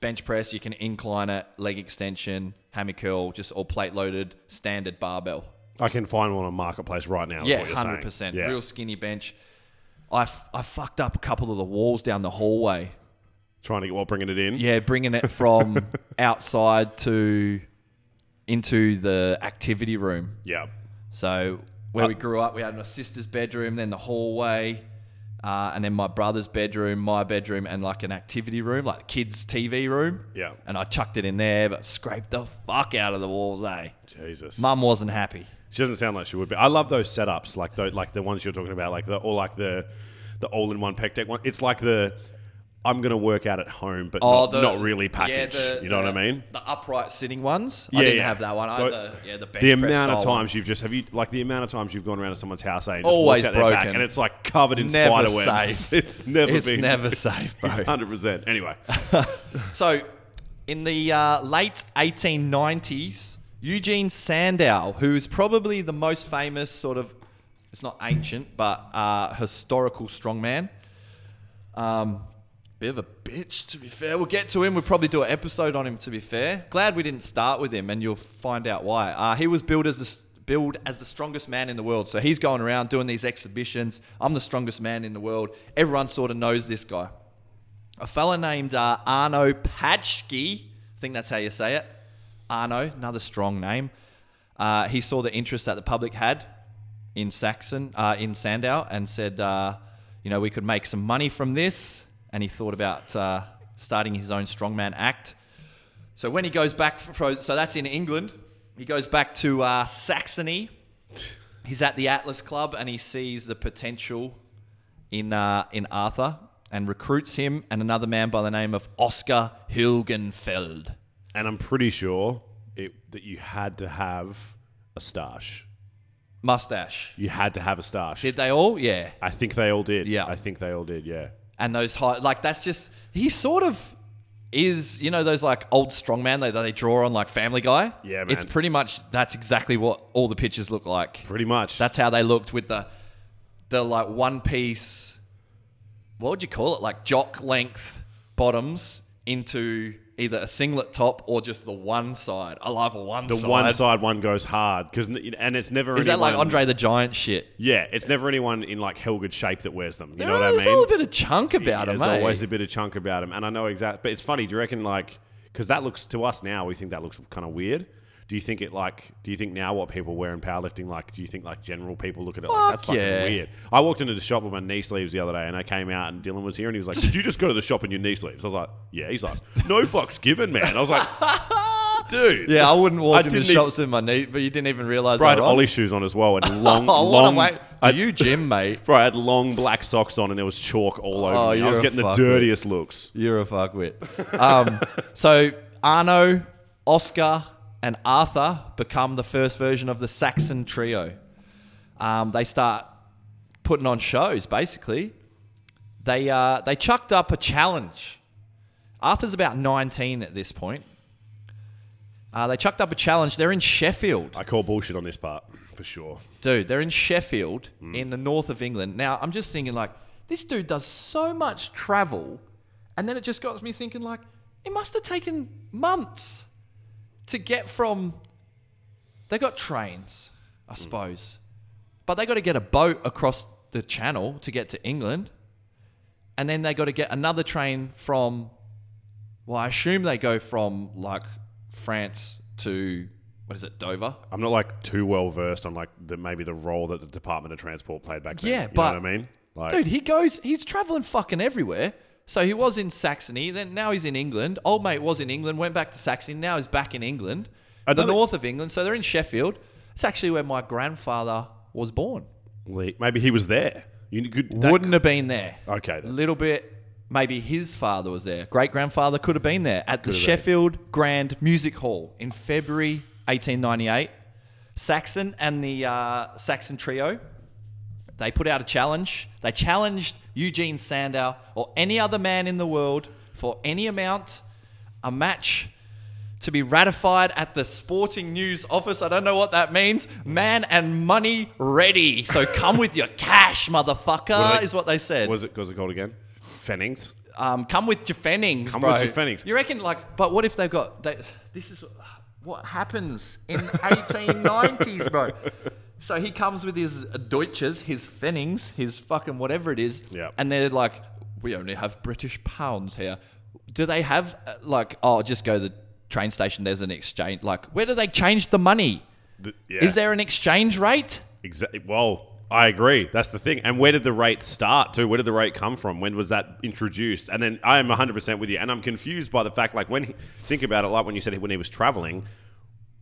Speaker 1: Bench press, you can incline it, leg extension, hammy curl, just all plate loaded, standard barbell.
Speaker 2: I can find one on marketplace right now. is
Speaker 1: Yeah,
Speaker 2: what you're
Speaker 1: hundred
Speaker 2: saying.
Speaker 1: percent.
Speaker 2: Yeah.
Speaker 1: Real skinny bench. I, f- I fucked up a couple of the walls down the hallway.
Speaker 2: Trying to get well, bringing it in.
Speaker 1: Yeah, bringing it from outside to into the activity room.
Speaker 2: Yeah. Uh,
Speaker 1: So where we grew up, we had my sister's bedroom, then the hallway, uh, and then my brother's bedroom, my bedroom, and like an activity room, like kids' TV room.
Speaker 2: Yeah.
Speaker 1: And I chucked it in there, but scraped the fuck out of the walls, eh?
Speaker 2: Jesus.
Speaker 1: Mum wasn't happy.
Speaker 2: She doesn't sound like she would be. I love those setups, like the, like the ones you're talking about, like the or like the the all in one pec deck one. It's like the I'm gonna work out at home, but not,
Speaker 1: Oh, the-
Speaker 2: not really
Speaker 1: yeah,
Speaker 2: packaged.
Speaker 1: the-
Speaker 2: you know what
Speaker 1: the-
Speaker 2: I mean?
Speaker 1: The upright sitting ones.
Speaker 2: Yeah,
Speaker 1: I didn't
Speaker 2: yeah.
Speaker 1: have that one. I
Speaker 2: The-
Speaker 1: had the, yeah, the bench
Speaker 2: The
Speaker 1: press
Speaker 2: amount of
Speaker 1: style one.
Speaker 2: times you've just have you like the amount of times you've gone around to someone's house eh, and just
Speaker 1: Always
Speaker 2: walked out their back
Speaker 1: broken.
Speaker 2: and it's like covered in
Speaker 1: Never
Speaker 2: spider webs.
Speaker 1: safe.
Speaker 2: It's never
Speaker 1: It's
Speaker 2: been
Speaker 1: never safe, bro.
Speaker 2: hundred percent. Anyway,
Speaker 1: So, in the uh, late 1890s, Eugene Sandow, who is probably the most famous sort of, it's not ancient, but uh, historical strongman. Um, bit of a bitch, to be fair. We'll get to him. We'll probably do an episode on him, to be fair. Glad we didn't start with him, and you'll find out why. Uh, he was billed as the billed as the strongest man in the world. So he's going around doing these exhibitions. I'm the strongest man in the world. Everyone sort of knows this guy a fella named uh, Arno Patschke, I think that's how you say it. Arno, another strong name. Uh, he saw the interest that the public had in Saxon, uh, in Sandow, and said, uh, you know, we could make some money from this. And he thought about uh, starting his own strongman act. So when he goes back, fro so that's in England. He goes back to uh, Saxony. He's at the Atlas Club and he sees the potential in uh, in Arthur and recruits him and another man by the name of Oscar Hilgenfeld.
Speaker 2: and I'm pretty sure it, that you had to have a stash.
Speaker 1: Mustache.
Speaker 2: You had to have a stash.
Speaker 1: Did they all? Yeah.
Speaker 2: I think they all did.
Speaker 1: Yeah.
Speaker 2: I think they all did. Yeah.
Speaker 1: And those high, like that's just he sort of is you know those like old strongman that they draw on like Family Guy.
Speaker 2: Yeah,
Speaker 1: It's
Speaker 2: man.
Speaker 1: pretty much that's exactly what all the pictures look like.
Speaker 2: Pretty much.
Speaker 1: That's how they looked with the the like one piece. What would you call it? Like jock length bottoms into either a singlet top or just the one side. I love a one
Speaker 2: the
Speaker 1: side.
Speaker 2: one side one goes hard because and it's never
Speaker 1: Is that like
Speaker 2: anyone-
Speaker 1: Andre the Giant shit?
Speaker 2: Yeah, it's never anyone in like hell good shape that wears them. You
Speaker 1: There
Speaker 2: know what I mean?
Speaker 1: is all a bit of chunk about him.
Speaker 2: There's always a bit of chunk about him, and I know exactly. But it's funny. Do you reckon like because that looks to us now we think that looks kind of weird. Do you think it like? Do you think now what people wear in powerlifting like? Do you think like general people look at it like that's
Speaker 1: Fuck
Speaker 2: fucking
Speaker 1: yeah.
Speaker 2: weird? I walked into the shop with my knee sleeves the other day, and I came out and Dylan was here, and he was like, "Did you just go to the shop in your knee sleeves?" I was like, "Yeah." He's like, "No fucks given, man." I was like, "Dude."
Speaker 1: yeah, I wouldn't walk
Speaker 2: I
Speaker 1: into
Speaker 2: didn't
Speaker 1: the
Speaker 2: even-
Speaker 1: shops with my knee, but you didn't even realize.
Speaker 2: Bro, I had
Speaker 1: they were on.
Speaker 2: ollie shoes on as well, and long,
Speaker 1: Oh, what
Speaker 2: long.
Speaker 1: a way.
Speaker 2: I-
Speaker 1: Do you, Jim, mate?
Speaker 2: Bro, I had long black socks on and there was chalk all over
Speaker 1: Oh,
Speaker 2: me. I
Speaker 1: you're
Speaker 2: was
Speaker 1: a
Speaker 2: getting the
Speaker 1: fuckwit.
Speaker 2: dirtiest looks.
Speaker 1: You're a fuckwit. Um, so Arno, Oscar, and Arthur become the first version of the Saxon trio. Um, they start putting on shows. Basically, they uh, they chucked up a challenge. Arthur's about 19 at this point. Uh, they chucked up a challenge. They're in Sheffield,
Speaker 2: I call bullshit on this part, for sure.
Speaker 1: dude. They're in Sheffield in the north of England. Now I'm just thinking like this dude does so much travel, and then it just got me thinking like it must have taken months to get from. They got trains, I suppose, but they got to get a boat across the channel to get to England, and then they got to get another train from. Well, I assume they go from like France to what is it, Dover?
Speaker 2: I'm not like too well versed on like the maybe the role that the Department of Transport played back then.
Speaker 1: Yeah,
Speaker 2: you
Speaker 1: but-
Speaker 2: know what I mean? Like
Speaker 1: Dude, he goes, he's traveling fucking everywhere. So he was in Saxony, then now he's in England. Old mate was in England, went back to Saxony, now he's back in England, the
Speaker 2: Another-
Speaker 1: north of England. So they're in Sheffield. It's actually where my grandfather was born.
Speaker 2: le- maybe he was there. You could that-
Speaker 1: Wouldn't have been there.
Speaker 2: Okay
Speaker 1: A
Speaker 2: then.
Speaker 1: little bit, maybe his father was there. Great grandfather could have been there at the Sheffield Grand Music Hall in February 1898. Saxon and the uh, Saxon Trio, they put out a challenge. They challenged Eugene Sandow or any other man in the world for any amount, a match to be ratified at the Sporting News office. I don't know what that means. Man and money ready. So come with your cash, motherfucker,
Speaker 2: What do they-
Speaker 1: is what they said
Speaker 2: Was it was it called again? Fennings?
Speaker 1: um, come with your fennings,
Speaker 2: Come
Speaker 1: bro.
Speaker 2: with your fennings.
Speaker 1: You reckon, like, but what if they've got they, this is what happens in 1890s, bro. So he comes with his deutsches, his fennings, his fucking whatever it is,
Speaker 2: Yeah.
Speaker 1: and they're like, we only have British pounds here. Do they have uh, like, oh, just go to the train station. There's an exchange. Like, where do they change the money?
Speaker 2: Th- yeah.
Speaker 1: Is there an exchange rate?
Speaker 2: Exa- well, I agree. That's the thing. And where did the rate start too? Where did the rate come from? When was that introduced? And then I am 100% with you. And I'm confused by the fact, like, when, he, think about it, like when you said when he was traveling,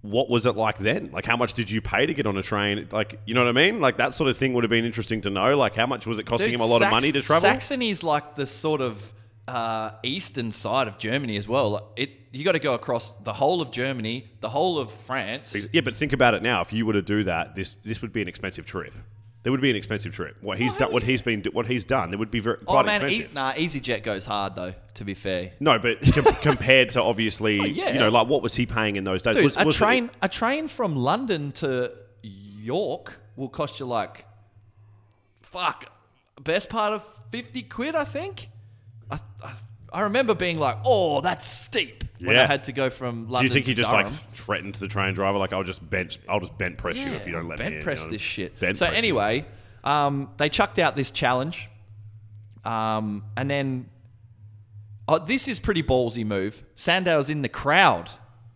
Speaker 2: what was it like then? Like, how much did you pay to get on a train? Like, you know what I mean? Like, that sort of thing would have been interesting to know. Like, how much was it costing
Speaker 1: Dude,
Speaker 2: him a lot
Speaker 1: Sax-
Speaker 2: of money to travel?
Speaker 1: Saxony's like the sort of uh, eastern side of Germany as well. Like, It you got to go across the whole of Germany, the whole of France.
Speaker 2: Yeah, but think about it now. If you were to do that, this this would be an expensive trip. There would be an expensive trip. What he's done, what he's been, do- what he's done, there would be very,
Speaker 1: Oh
Speaker 2: quite
Speaker 1: man, e-
Speaker 2: expensive.
Speaker 1: nah, EasyJet goes hard though. To be fair,
Speaker 2: No, but com- compared to obviously,
Speaker 1: Oh, yeah.
Speaker 2: you know, like what was he paying in those days?
Speaker 1: dude,
Speaker 2: was,
Speaker 1: a
Speaker 2: was it-
Speaker 1: train a train from London to York will cost you like fuck best part of fifty quid, I think. I I, I remember being like, oh, that's steep when I
Speaker 2: Yeah.
Speaker 1: had to go from London.
Speaker 2: do you think
Speaker 1: to
Speaker 2: he just
Speaker 1: Durham.
Speaker 2: like threatened the train driver, like I'll just bench, I'll just bent press you if you don't let
Speaker 1: bent
Speaker 2: me in, you
Speaker 1: press
Speaker 2: know?
Speaker 1: this shit.
Speaker 2: Bent
Speaker 1: so
Speaker 2: press you.
Speaker 1: anyway, um, they chucked out this challenge, um, and then oh, this is pretty ballsy move. Sandow's in the crowd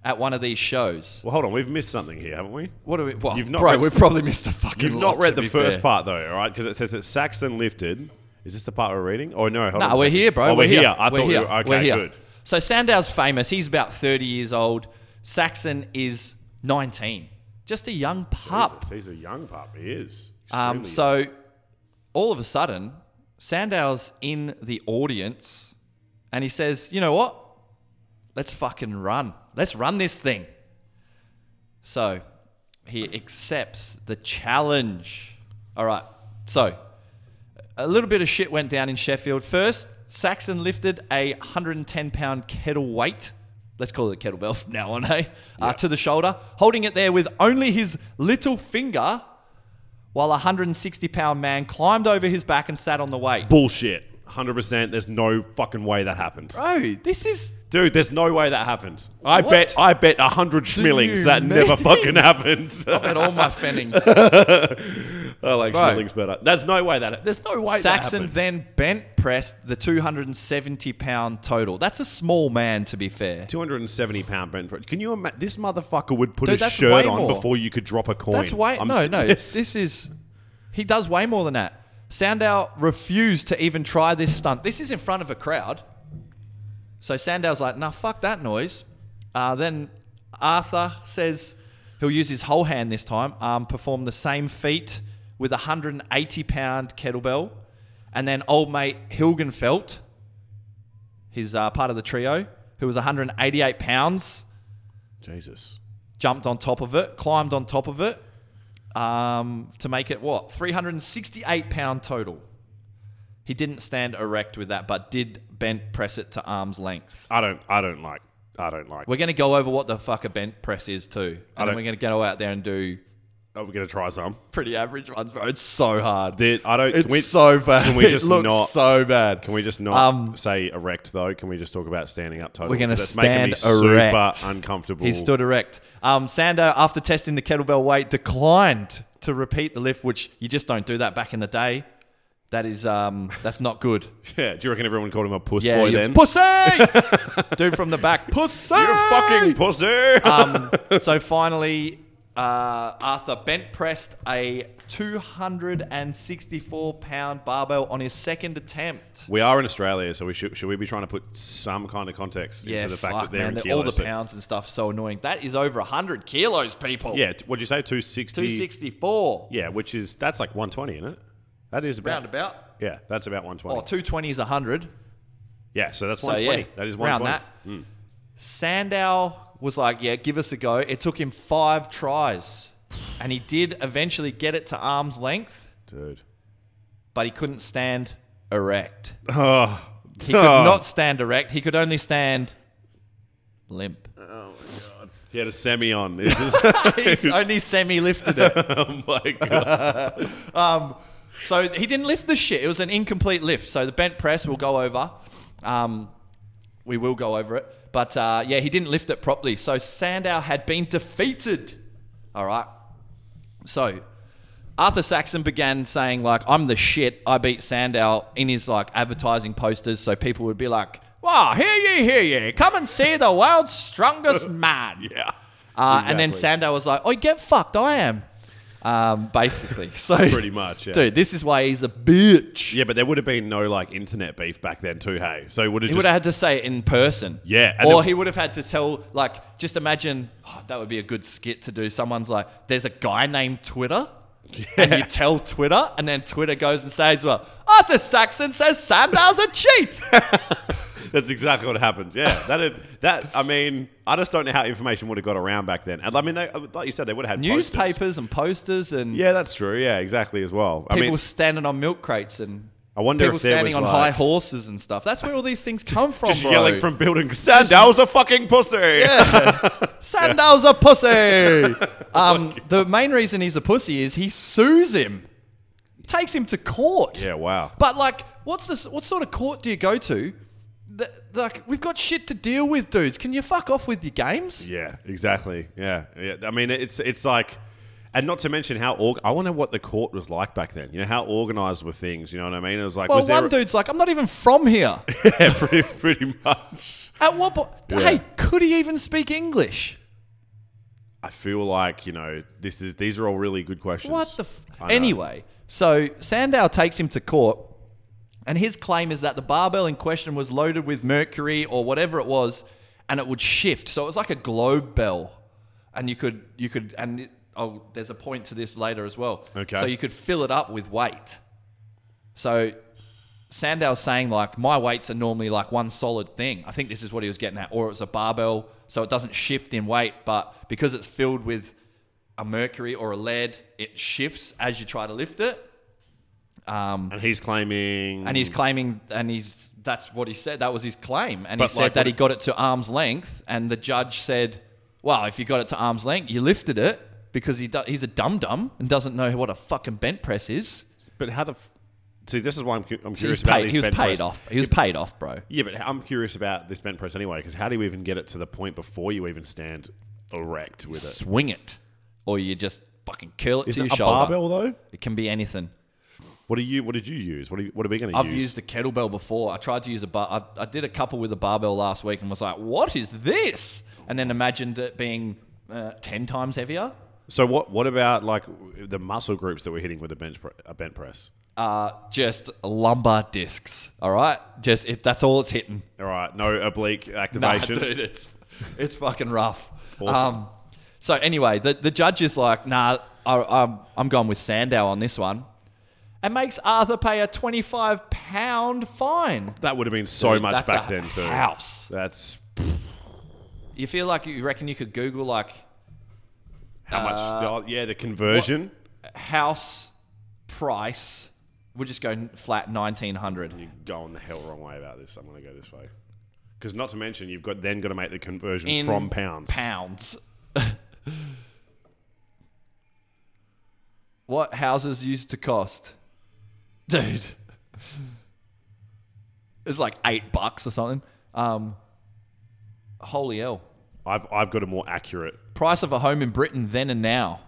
Speaker 1: at one of these shows.
Speaker 2: Well, hold on, we've missed something here, haven't we?
Speaker 1: What are we? Well,
Speaker 2: You've not
Speaker 1: bro,
Speaker 2: read-
Speaker 1: we probably missed a fucking.
Speaker 2: You've
Speaker 1: lot,
Speaker 2: not
Speaker 1: to
Speaker 2: read the
Speaker 1: be
Speaker 2: first
Speaker 1: fair.
Speaker 2: part though, all right? Because it says that Saxon lifted. Is this the part we're reading? Oh no, hold
Speaker 1: Nah,
Speaker 2: on a
Speaker 1: we're
Speaker 2: second.
Speaker 1: here, bro.
Speaker 2: Oh,
Speaker 1: we're, here.
Speaker 2: I
Speaker 1: we're
Speaker 2: thought
Speaker 1: here.
Speaker 2: we were. Okay,
Speaker 1: we're here.
Speaker 2: good.
Speaker 1: So Sandow's famous. He's about thirty years old. Saxon is nineteen, just a young pup.
Speaker 2: Jesus, he's a young pup. He is.
Speaker 1: Um,
Speaker 2: Extremely
Speaker 1: so all of a sudden, Sandow's in the audience and he says, You know what? Let's fucking run. Let's run this thing. So he accepts the challenge. All right. So a little bit of shit went down in Sheffield. First, Saxon lifted a 110 pound kettle weight. Let's call it a kettlebell from now on, eh? Uh, to the shoulder, holding it there with only his little finger while a 160 pound man climbed over his back and sat on the weight.
Speaker 2: Bullshit. 100%. There's no fucking way that happened.
Speaker 1: Bro, this is.
Speaker 2: Dude, there's no way that happened. I
Speaker 1: What?
Speaker 2: bet I bet 100 schmillings
Speaker 1: you
Speaker 2: that never
Speaker 1: mean?
Speaker 2: fucking happened.
Speaker 1: At all my fennings.
Speaker 2: I like
Speaker 1: Bro.
Speaker 2: schmillings better. That's no way that There's no way that
Speaker 1: Saxon
Speaker 2: happened.
Speaker 1: then bent pressed the 270 pound total. That's a small man, to be fair.
Speaker 2: 270 pound bench press. Can you imagine? This motherfucker would put
Speaker 1: Dude,
Speaker 2: his
Speaker 1: that's
Speaker 2: shirt
Speaker 1: way
Speaker 2: on
Speaker 1: more.
Speaker 2: before you could drop a coin.
Speaker 1: That's way.
Speaker 2: I'm
Speaker 1: no, no.
Speaker 2: serious.
Speaker 1: This is. He does way more than that. Sandow refused to even try this stunt. This is in front of a crowd. So Sandow's like, nah, fuck that noise. Uh, then Arthur says he'll use his whole hand this time, um, perform the same feat with a 180 pound kettlebell. And then old mate Hilgenfelt, his uh, part of the trio, who was 188 pounds
Speaker 2: Jesus.
Speaker 1: jumped on top of it, climbed on top of it um, to make it what? 368 pound total. He didn't stand erect with that, but did bent press it to arm's length.
Speaker 2: I don't I don't like I don't like.
Speaker 1: We're going to go over what the fuck a bent press is too. And then
Speaker 2: don't-
Speaker 1: we're going to go out there and do
Speaker 2: Are we going to Oh, try some?
Speaker 1: pretty average ones, bro. It's so hard.
Speaker 2: There- I don't
Speaker 1: it's
Speaker 2: can we,
Speaker 1: so bad.
Speaker 2: Can we just
Speaker 1: it looks
Speaker 2: not
Speaker 1: so bad.
Speaker 2: Can we just not
Speaker 1: Um,
Speaker 2: say erect though? Can we just talk about standing up total?
Speaker 1: We're going to
Speaker 2: That's making
Speaker 1: stand
Speaker 2: me
Speaker 1: erect.
Speaker 2: super uncomfortable.
Speaker 1: He stood erect. Um, Sando, after testing the kettlebell weight, declined to repeat the lift, which you just don't do that back in the day. That is, um, that's not good.
Speaker 2: Yeah, do you reckon everyone called him a puss
Speaker 1: Yeah,
Speaker 2: boy
Speaker 1: you
Speaker 2: then?
Speaker 1: pussy, dude from the back, pussy.
Speaker 2: You're a fucking pussy.
Speaker 1: Um, so finally, uh, Arthur bent pressed a 264 pound barbell on his second attempt.
Speaker 2: we are in Australia, so we should should we be trying to put some kind of context into the fact
Speaker 1: fuck,
Speaker 2: that they're
Speaker 1: man,
Speaker 2: in
Speaker 1: the- all the
Speaker 2: kilos? so-
Speaker 1: pounds and stuff so annoying. That is over 100 kilos, people.
Speaker 2: yeah, t- what'd you say? Two sixty.
Speaker 1: 264.
Speaker 2: Yeah, which is that's like one twenty, isn't it? That is about
Speaker 1: Roundabout.
Speaker 2: yeah, that's about one twenty.
Speaker 1: Oh, 220 is 100.
Speaker 2: yeah, so that's
Speaker 1: So,
Speaker 2: one twenty.
Speaker 1: yeah.
Speaker 2: That is one
Speaker 1: round
Speaker 2: twenty. Hmm.
Speaker 1: that. Sandow was like, yeah, give us a go. It took him five tries. And he did eventually get it to arm's length,
Speaker 2: Dude.
Speaker 1: but he couldn't stand erect.
Speaker 2: Oh,
Speaker 1: He could not stand erect. He could only stand limp.
Speaker 2: He had a semi on. It's just,
Speaker 1: He's only semi lifted it.
Speaker 2: oh my god.
Speaker 1: So he didn't lift the shit. It was an incomplete lift. So the bent press we'll go over. Um, we will go over it. But uh, yeah, he didn't lift it properly. So Sandow had been defeated. All right. So Arthur Saxon began saying like, "I'm the shit. I beat Sandow" in his like advertising posters, so people would be like, "Wow, hear ye, hear ye! Come and see the world's strongest man."
Speaker 2: Yeah.
Speaker 1: Uh, And then
Speaker 2: Exactly.
Speaker 1: Sandow was like, "Oh, get fucked. I am." um, basically. So
Speaker 2: Pretty much, yeah.
Speaker 1: dude, this is why he's a bitch.
Speaker 2: Yeah, but there would have been no like internet beef back then too, hey. So it would have
Speaker 1: He
Speaker 2: just
Speaker 1: would have had to say it in person.
Speaker 2: Yeah, and
Speaker 1: Or
Speaker 2: then-
Speaker 1: he would have had to tell, like, just imagine oh, that would be a good skit to do. Someone's like, there's a guy named Twitter. And you tell Twitter, and then Twitter goes and says, well, Arthur Saxon says Sandow's a cheat.
Speaker 2: That's exactly what happens. Yeah, that that I mean, I just don't know how information would have got around back then. And I mean, they, like you said, they would have had posters.
Speaker 1: Newspapers and posters and
Speaker 2: Yeah, that's true. Yeah, exactly as well. I
Speaker 1: people
Speaker 2: mean,
Speaker 1: standing on milk crates and
Speaker 2: I wonder
Speaker 1: people
Speaker 2: if there
Speaker 1: standing
Speaker 2: was
Speaker 1: on high
Speaker 2: like,
Speaker 1: horses and stuff. That's where all these things come from,
Speaker 2: just
Speaker 1: bro.
Speaker 2: yelling from buildings. Sandow's a fucking pussy.
Speaker 1: Sandow's a pussy. Um, the main reason he's a pussy is he sues him, takes him to court.
Speaker 2: Yeah, wow.
Speaker 1: But like, what's this? What sort of court do you go to? Th- like, we've got shit to deal with, dudes. Can you fuck off with your games?
Speaker 2: Yeah, exactly. Yeah, yeah. I mean, it's it's like, and not to mention how org. I wonder what the court was like back then. You know how organized were things. You know what I mean? It was like,
Speaker 1: Well,
Speaker 2: was there
Speaker 1: one dude's like, I'm not even from here.
Speaker 2: yeah, pretty pretty much.
Speaker 1: At what point?
Speaker 2: Yeah.
Speaker 1: Hey, could he even speak English?
Speaker 2: I feel like you know this is these are all really good questions.
Speaker 1: What the? F-
Speaker 2: I know.
Speaker 1: anyway, so Sandow takes him to court, and his claim is that the barbell in question was loaded with mercury or whatever it was, and it would shift. So it was like a globe bell, and you could you could and it, oh, there's a point to this later as well.
Speaker 2: Okay.
Speaker 1: So you could fill it up with weight. So Sandow's saying like my weights are normally like one solid thing. I think this is what he was getting at, or it was a barbell, so it doesn't shift in weight, but because it's filled with a mercury or a lead, it shifts as you try to lift it. Um,
Speaker 2: and he's claiming,
Speaker 1: and he's claiming, and he's that's what he said. That was his claim, and
Speaker 2: But,
Speaker 1: he said
Speaker 2: like,
Speaker 1: that
Speaker 2: what-
Speaker 1: he got it to arm's length, and the judge said, "Well, if you got it to arm's length, you lifted it because he do, he's a dum dum and doesn't know what a fucking bent press is."
Speaker 2: but how the f- see? This is why I'm, cu- I'm
Speaker 1: He
Speaker 2: curious
Speaker 1: was
Speaker 2: about
Speaker 1: paid,
Speaker 2: these
Speaker 1: he was
Speaker 2: bent
Speaker 1: paid
Speaker 2: press.
Speaker 1: off. He was paid off, bro.
Speaker 2: Yeah, but I'm curious about this bent press anyway. Because how do you even get it to the point before you even stand erect with it?
Speaker 1: Swing it, or you just fucking curl it
Speaker 2: Is
Speaker 1: to your
Speaker 2: it a
Speaker 1: shoulder.
Speaker 2: barbell though?
Speaker 1: It can be anything.
Speaker 2: What do you? What did you use? What are you, What are we going to use?
Speaker 1: I've used a kettlebell before. I tried to use a bar. I, I did a couple with a barbell last week and was like, "What is this?" And then imagined it being uh, ten times heavier.
Speaker 2: So what? What about like the muscle groups that we're hitting with a bench pre- a bent press?
Speaker 1: Uh, just lumbar discs. All right, just it, that's all it's hitting.
Speaker 2: All right, no oblique
Speaker 1: Nah,
Speaker 2: activation.
Speaker 1: dude, it's it's fucking rough.
Speaker 2: Awesome.
Speaker 1: Um, so anyway, the the judge is like, "Nah, I, I'm I'm going with Sandow on this one," and makes Arthur pay a twenty five pound fine.
Speaker 2: That would have been so
Speaker 1: Dude,
Speaker 2: much
Speaker 1: that's
Speaker 2: back
Speaker 1: a
Speaker 2: then too.
Speaker 1: house.
Speaker 2: That's
Speaker 1: You feel like you reckon you could Google like
Speaker 2: how much.
Speaker 1: Uh,
Speaker 2: oh, yeah, the conversion.
Speaker 1: house price. We'll just go flat nineteen hundred
Speaker 2: You're going the hell wrong way about this. I'm going to go this way. Because not to mention, you've got then got to make the conversion
Speaker 1: In
Speaker 2: from pounds.
Speaker 1: pounds. what houses used to cost, dude? It's like eight bucks or something. Um, holy hell!
Speaker 2: I've I've got a more accurate.
Speaker 1: Price of a home in Britain then and now.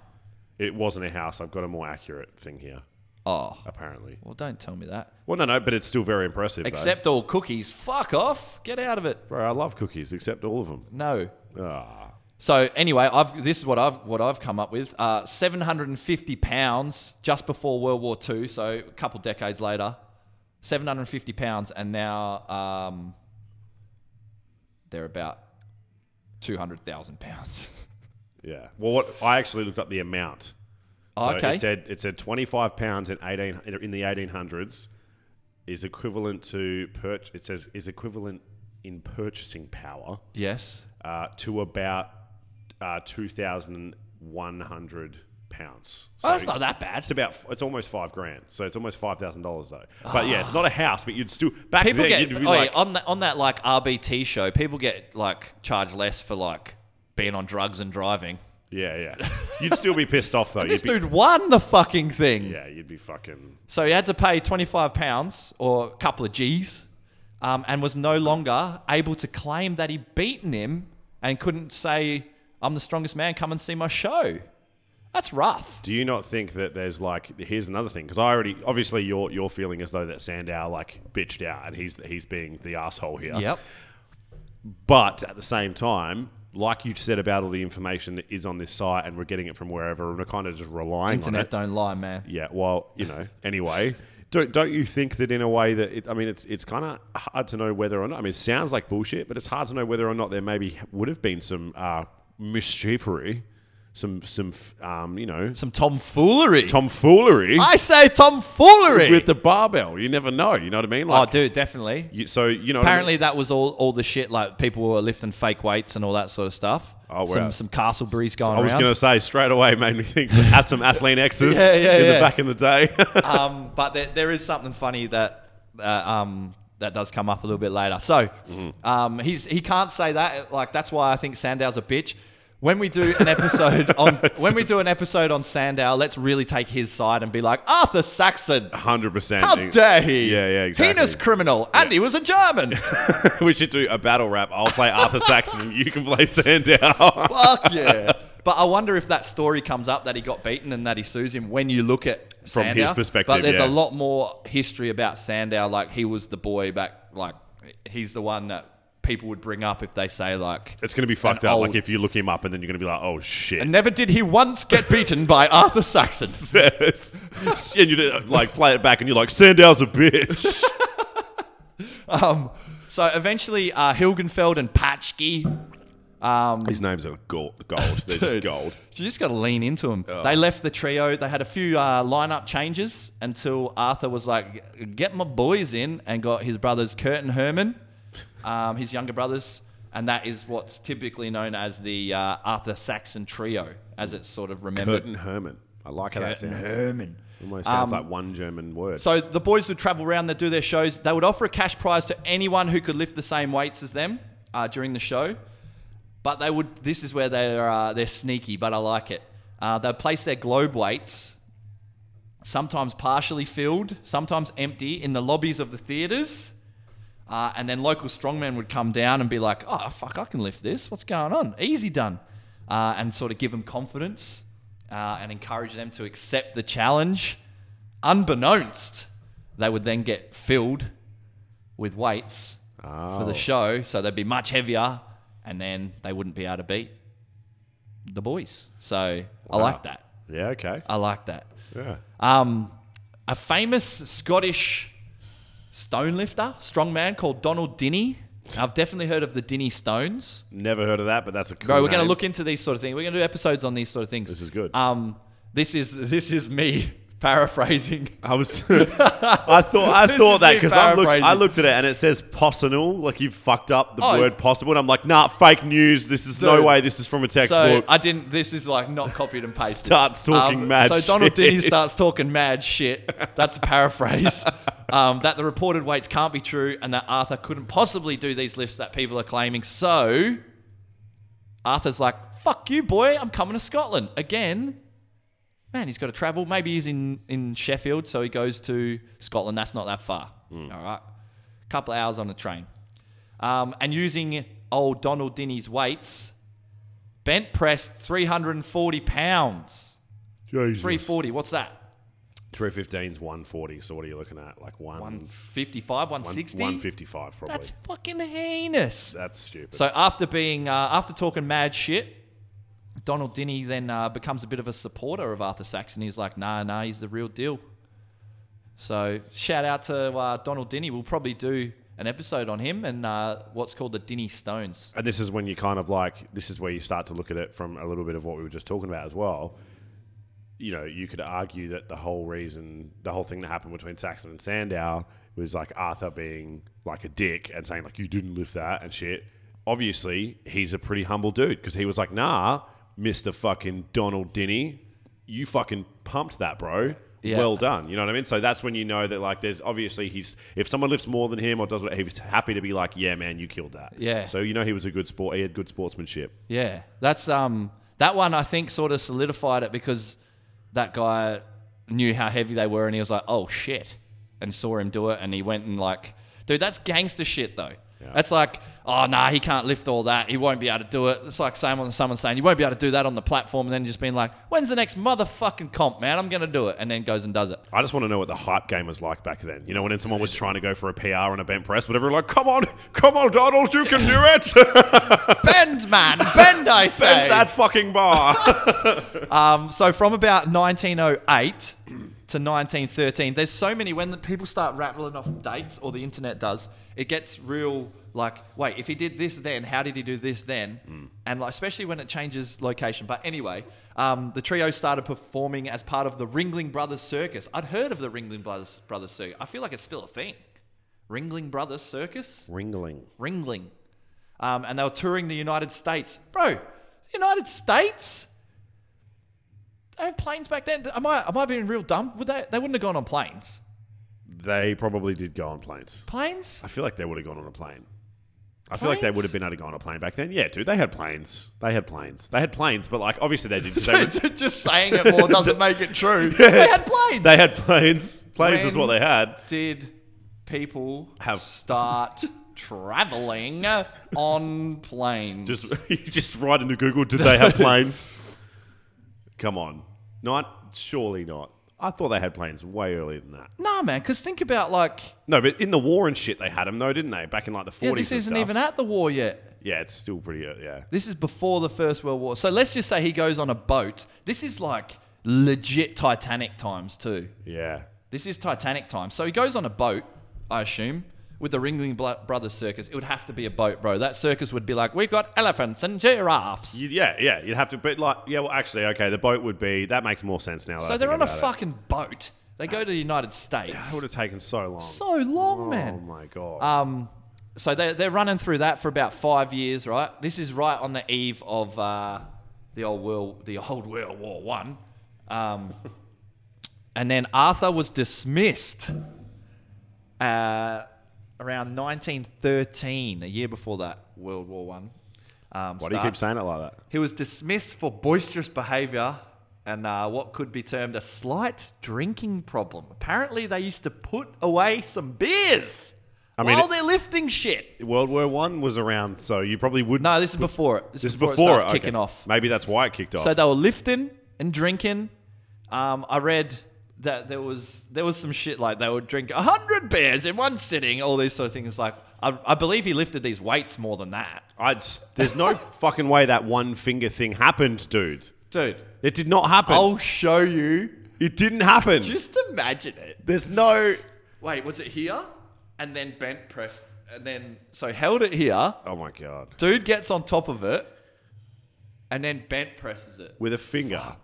Speaker 2: It wasn't a house. I've got a more accurate thing here.
Speaker 1: Oh,
Speaker 2: Apparently.
Speaker 1: well, don't tell me that.
Speaker 2: Well, no, no, but it's still very impressive. though.
Speaker 1: Accept all cookies. Fuck off. Get out of it.
Speaker 2: bro, I love cookies. Except all of them.
Speaker 1: No,
Speaker 2: Ah,
Speaker 1: So anyway, I've, this is what I've what I've come up with: uh, seven hundred and fifty pounds just before World War II, so a couple decades later, seven hundred and fifty pounds, and now um, they're about two hundred thousand pounds.
Speaker 2: yeah. Well, what I actually looked up the amount. So
Speaker 1: Oh, okay,
Speaker 2: It said it said 25 pounds in 18 in the 1800s is equivalent to purch. It says is equivalent in purchasing power
Speaker 1: yes,
Speaker 2: uh, to about uh, 2,100 pounds.
Speaker 1: oh, that's
Speaker 2: So
Speaker 1: not that bad.
Speaker 2: It's about it's almost five grand, so it's almost five thousand dollars though. But yeah, it's not a house, but you'd still back
Speaker 1: Ah. People
Speaker 2: then
Speaker 1: get
Speaker 2: you'd
Speaker 1: oh,
Speaker 2: be
Speaker 1: yeah,
Speaker 2: like,
Speaker 1: on that on that like RBT show, people get like charged less for like being on drugs and driving.
Speaker 2: yeah, yeah. You'd still be pissed off though.
Speaker 1: This
Speaker 2: You'd be,
Speaker 1: dude won the fucking thing.
Speaker 2: yeah, you'd be fucking
Speaker 1: So he had to pay £25 pounds or a couple of G's um, and was no longer able to claim that he'd beaten him and couldn't say, I'm the strongest man, come and see my show. That's rough.
Speaker 2: Do you not think that there's like here's another thing because I already obviously you're you're feeling as though that Sandow like bitched out and he's he's being the asshole here.
Speaker 1: Yep.
Speaker 2: But at the same time, like you said about all the information that is on this site and we're getting it from wherever and we're kind of just relying on
Speaker 1: Internet
Speaker 2: it.
Speaker 1: don't lie, man.
Speaker 2: Yeah, well, you know, anyway. Don't, don't you think that in a way that it, I mean it's it's kind of hard to know whether or not I mean it sounds like bullshit, but it's hard to know whether or not there maybe would have been some uh, mischiefery, some some f- um, you know
Speaker 1: Some tomfoolery.
Speaker 2: tomfoolery
Speaker 1: I say tomfoolery.
Speaker 2: with the barbell. You never know. You know what I mean?
Speaker 1: oh,
Speaker 2: Like,
Speaker 1: dude, definitely.
Speaker 2: you, so you know what I mean?
Speaker 1: Apparently, that was all, all the shit like people were lifting fake weights and all that sort of stuff.
Speaker 2: Oh, wow.
Speaker 1: some some Castleberries going
Speaker 2: I was
Speaker 1: around.
Speaker 2: going to say straight away made me think have some athlete X's
Speaker 1: Yeah, yeah,
Speaker 2: in the
Speaker 1: yeah.
Speaker 2: back in the day.
Speaker 1: um, but there, there is something funny that uh, um, that does come up a little bit later. So
Speaker 2: Mm-hmm.
Speaker 1: um, he's he can't say that. Like that's why I think Sandow's a bitch. When we do an episode on when we do an episode on Sandow, let's really take his side and be like Arthur Saxon.
Speaker 2: Hundred percent.
Speaker 1: How dare he?
Speaker 2: Yeah, yeah, exactly.
Speaker 1: Heinous criminal, and he was a German.
Speaker 2: we should do a battle rap. I'll play Arthur Saxon. You can play Sandow.
Speaker 1: Fuck yeah! But I wonder if that story comes up that he got beaten and that he sues him when you look at
Speaker 2: From
Speaker 1: Sandow.
Speaker 2: his perspective,
Speaker 1: But there's
Speaker 2: yeah.
Speaker 1: a lot more history about Sandow. Like he was the boy back. Like he's the one that people would bring up if they say like.
Speaker 2: it's going to be fucked
Speaker 1: An
Speaker 2: up.
Speaker 1: old-
Speaker 2: Like if you look him up and then you're going to be like, oh shit.
Speaker 1: And never did he once get beaten by Arthur Saxon.
Speaker 2: and you did, like play it back and you're like, Sandow's a bitch.
Speaker 1: Um, so eventually, uh, Hilgenfeld and Patchke. Um,
Speaker 2: His names are gold. gold. They're just
Speaker 1: Dude.
Speaker 2: gold.
Speaker 1: you just got to lean into them. They left the trio. They had a few uh, lineup changes until Arthur was like, "Get my boys in," and got his brothers Kurt and Herman, um, his younger brothers, and that is what's typically known as the uh, Arthur Saxon trio, as it's sort of remembered.
Speaker 2: Burton Herman. I like how that sounds.
Speaker 3: Herman.
Speaker 2: Almost sounds like one German word.
Speaker 1: Um, So the boys would travel around, they'd do their shows. They would offer a cash prize to anyone who could lift the same weights as them uh, during the show. But they would. This is where they're uh, they're sneaky, but I like it. Uh, they'd place their globe weights, sometimes partially filled, sometimes empty, in the lobbies of the theaters. Uh, and then local strongmen would come down and be like, "Oh fuck, I can lift this. What's going on? Easy done," uh, and sort of give them confidence uh, and encourage them to accept the challenge. Unbeknownst, they would then get filled with weights for
Speaker 2: Oh.
Speaker 1: the show, so they'd be much heavier, and then they wouldn't be able to beat the boys. So I like that.
Speaker 2: yeah, okay.
Speaker 1: I like that.
Speaker 2: Yeah.
Speaker 1: Um, a famous Scottish stone lifter, strongman called Donald Dinny. I've definitely heard of the Dinny Stones.
Speaker 2: Never heard of that, but that's a cool
Speaker 1: Bro, we're going
Speaker 2: name.
Speaker 1: to look into these sort of things. We're going to do episodes on these sort of things.
Speaker 2: This is good.
Speaker 1: Um, this is this is me paraphrasing.
Speaker 2: I was. I thought. I
Speaker 1: This
Speaker 2: thought
Speaker 1: is
Speaker 2: that
Speaker 1: me
Speaker 2: because I looked. I
Speaker 1: paraphrasing.
Speaker 2: looked at it and it says possible. Like you've fucked up the
Speaker 1: Oh.
Speaker 2: word possible, and I'm like, nah, fake news. This is no
Speaker 1: Dude.
Speaker 2: way. This is from a
Speaker 1: So
Speaker 2: textbook.
Speaker 1: I didn't. This is like not copied and pasted.
Speaker 2: Starts talking mad
Speaker 1: um, So Donald Dinny
Speaker 2: shit.
Speaker 1: starts talking mad shit. That's a paraphrase. um, that the reported weights can't be true, and that Arthur couldn't possibly do these lifts that people are claiming. So Arthur's like, "Fuck you, boy! I'm coming to Scotland again." Man, he's got to travel. Maybe he's in in Sheffield, so he goes to Scotland. That's not that far.
Speaker 2: Hmm.
Speaker 1: All right, couple of hours on the train, um, and using old Donald Dinny's weights bent pressed 340 pounds. 340, what's that?
Speaker 2: Three fifteen's one forty. So what are you looking at? Like one
Speaker 1: Um, 155, 160?
Speaker 2: One fifty five probably.
Speaker 1: That's
Speaker 2: That's,
Speaker 1: fucking heinous.
Speaker 2: stupid.
Speaker 1: So after being, uh, after talking mad shit, Donald Dinny then uh, becomes a bit of a supporter of Arthur Saxon. He's like, nah, nah, he's the real deal. So shout out to uh, Donald Dinny. We'll probably do an episode on him and uh, what's called the Dinny Stones.
Speaker 2: and this is when you kind of like this is where you start to look at it from a little bit of what we were just talking about as well you know you could argue that the whole reason the whole thing that happened between saxon and sandow was like arthur being like a dick and saying like you didn't lift that and shit obviously he's a pretty humble dude because he was like nah mr fucking donald dinny you fucking pumped that bro
Speaker 1: Yeah.
Speaker 2: well done you know what i mean so that's when you know that like there's obviously he's if someone lifts more than him or does what he's happy to be like yeah man you killed that
Speaker 1: Yeah.
Speaker 2: so you know he was a good sport. He had good sportsmanship.
Speaker 1: Yeah, that's um that one I think sort of solidified it because that guy knew how heavy they were and he was like, oh shit, and saw him do it and he went and like, dude, that's gangster shit though. That's like, oh, nah, he can't lift all that. He won't be able to do it. It's like someone, someone saying, you won't be able to do that on the platform. And then just being like, when's the next motherfucking comp, man? I'm going to do it. And then goes and does it.
Speaker 2: I just want to know what the hype game was like back then. You know, when someone was trying to go for a PR on a bench press, but everyone like, come on, come on, Donald, you can do it.
Speaker 1: Bend, man. Bend, I say.
Speaker 2: Bend that fucking bar.
Speaker 1: Um, so from about 1908 to 1913, there's so many. When the people start rattling off dates, or the internet does, it gets real. Like, wait, if he did this then, how did he do this then? And like, especially when it changes location. But anyway, um, the trio started performing as part of the Ringling Brothers Circus. I'd heard of the Ringling Brothers Brothers Circus. I feel like it's still a thing. Ringling Brothers Circus.
Speaker 2: Ringling.
Speaker 1: Ringling. Um, and they were touring the United States. Bro, the United States? They had planes back then. Am I am I being real dumb? Would they they wouldn't have gone on planes.
Speaker 2: They probably did go on planes.
Speaker 1: Planes?
Speaker 2: I feel like they would have gone on a plane. I feel like they
Speaker 1: Planes?
Speaker 2: would have been able to go on a plane back then. Yeah, dude, they had planes. They had planes. They had planes, but like obviously they did. They, were-
Speaker 1: Just saying it more doesn't make it true. They had planes.
Speaker 2: they had planes. Planes is what
Speaker 1: When-
Speaker 2: they had.
Speaker 1: Did people
Speaker 2: Have-
Speaker 1: start traveling on planes?
Speaker 2: Just you just write into Google. Did they have planes? Come on, not surely not. I thought they had planes way earlier than that.
Speaker 1: nah, man, because think about like,
Speaker 2: No, but in the war and shit, they had them though, didn't they? Back in like the
Speaker 1: yeah,
Speaker 2: forties.
Speaker 1: this isn't even at the war yet.
Speaker 2: Yeah, it's still pretty. Uh, yeah.
Speaker 1: This is before the First World War. So let's just say he goes on a boat. This is like legit Titanic times too.
Speaker 2: Yeah.
Speaker 1: This is Titanic time. So he goes on a boat, I assume, with the Ringling Bla- Brothers Circus. It would have to be a boat, bro. That circus would be like, we've got elephants and giraffes.
Speaker 2: You- yeah, yeah. You'd have to, but like, yeah. Well, actually, okay. The boat would be. That makes more sense now. that I
Speaker 1: so they're on
Speaker 2: think
Speaker 1: a
Speaker 2: about it.
Speaker 1: fucking boat. They go to the United States.
Speaker 2: That would have taken so long.
Speaker 1: So long,
Speaker 2: Oh
Speaker 1: man.
Speaker 2: my god.
Speaker 1: Um, so they're, they're running through that for about five years, right? This is right on the eve of uh, the old world, the old World War One, um, and then Arthur was dismissed uh, around 1913, a year before that World War One. Um,
Speaker 2: Why do you keep saying it like that?
Speaker 1: He was dismissed for boisterous behaviour and uh, what could be termed a slight drinking problem. Apparently, they used to put away some beers
Speaker 2: I mean,
Speaker 1: while
Speaker 2: it-
Speaker 1: they're lifting shit.
Speaker 2: World War One was around, so you probably would.
Speaker 1: No, this is before it.
Speaker 2: this is before
Speaker 1: it starts
Speaker 2: okay.
Speaker 1: kicking off.
Speaker 2: Maybe that's why it kicked off.
Speaker 1: So they were lifting and drinking. Um, I read that there was there was some shit like they would drink hundred beers in one sitting. All these sort of things. Like I, I believe he lifted these weights more than that,
Speaker 2: I'd, s- there's no fucking way that one finger thing happened, dude.
Speaker 1: dude.
Speaker 2: It did not happen.
Speaker 1: I'll show you.
Speaker 2: It didn't happen.
Speaker 1: Just imagine it.
Speaker 2: there's no.
Speaker 1: Wait, was it here? And then bent pressed, and then so held it here.
Speaker 2: Oh my god.
Speaker 1: Dude gets on top of it, and then bent presses it.
Speaker 2: With a finger.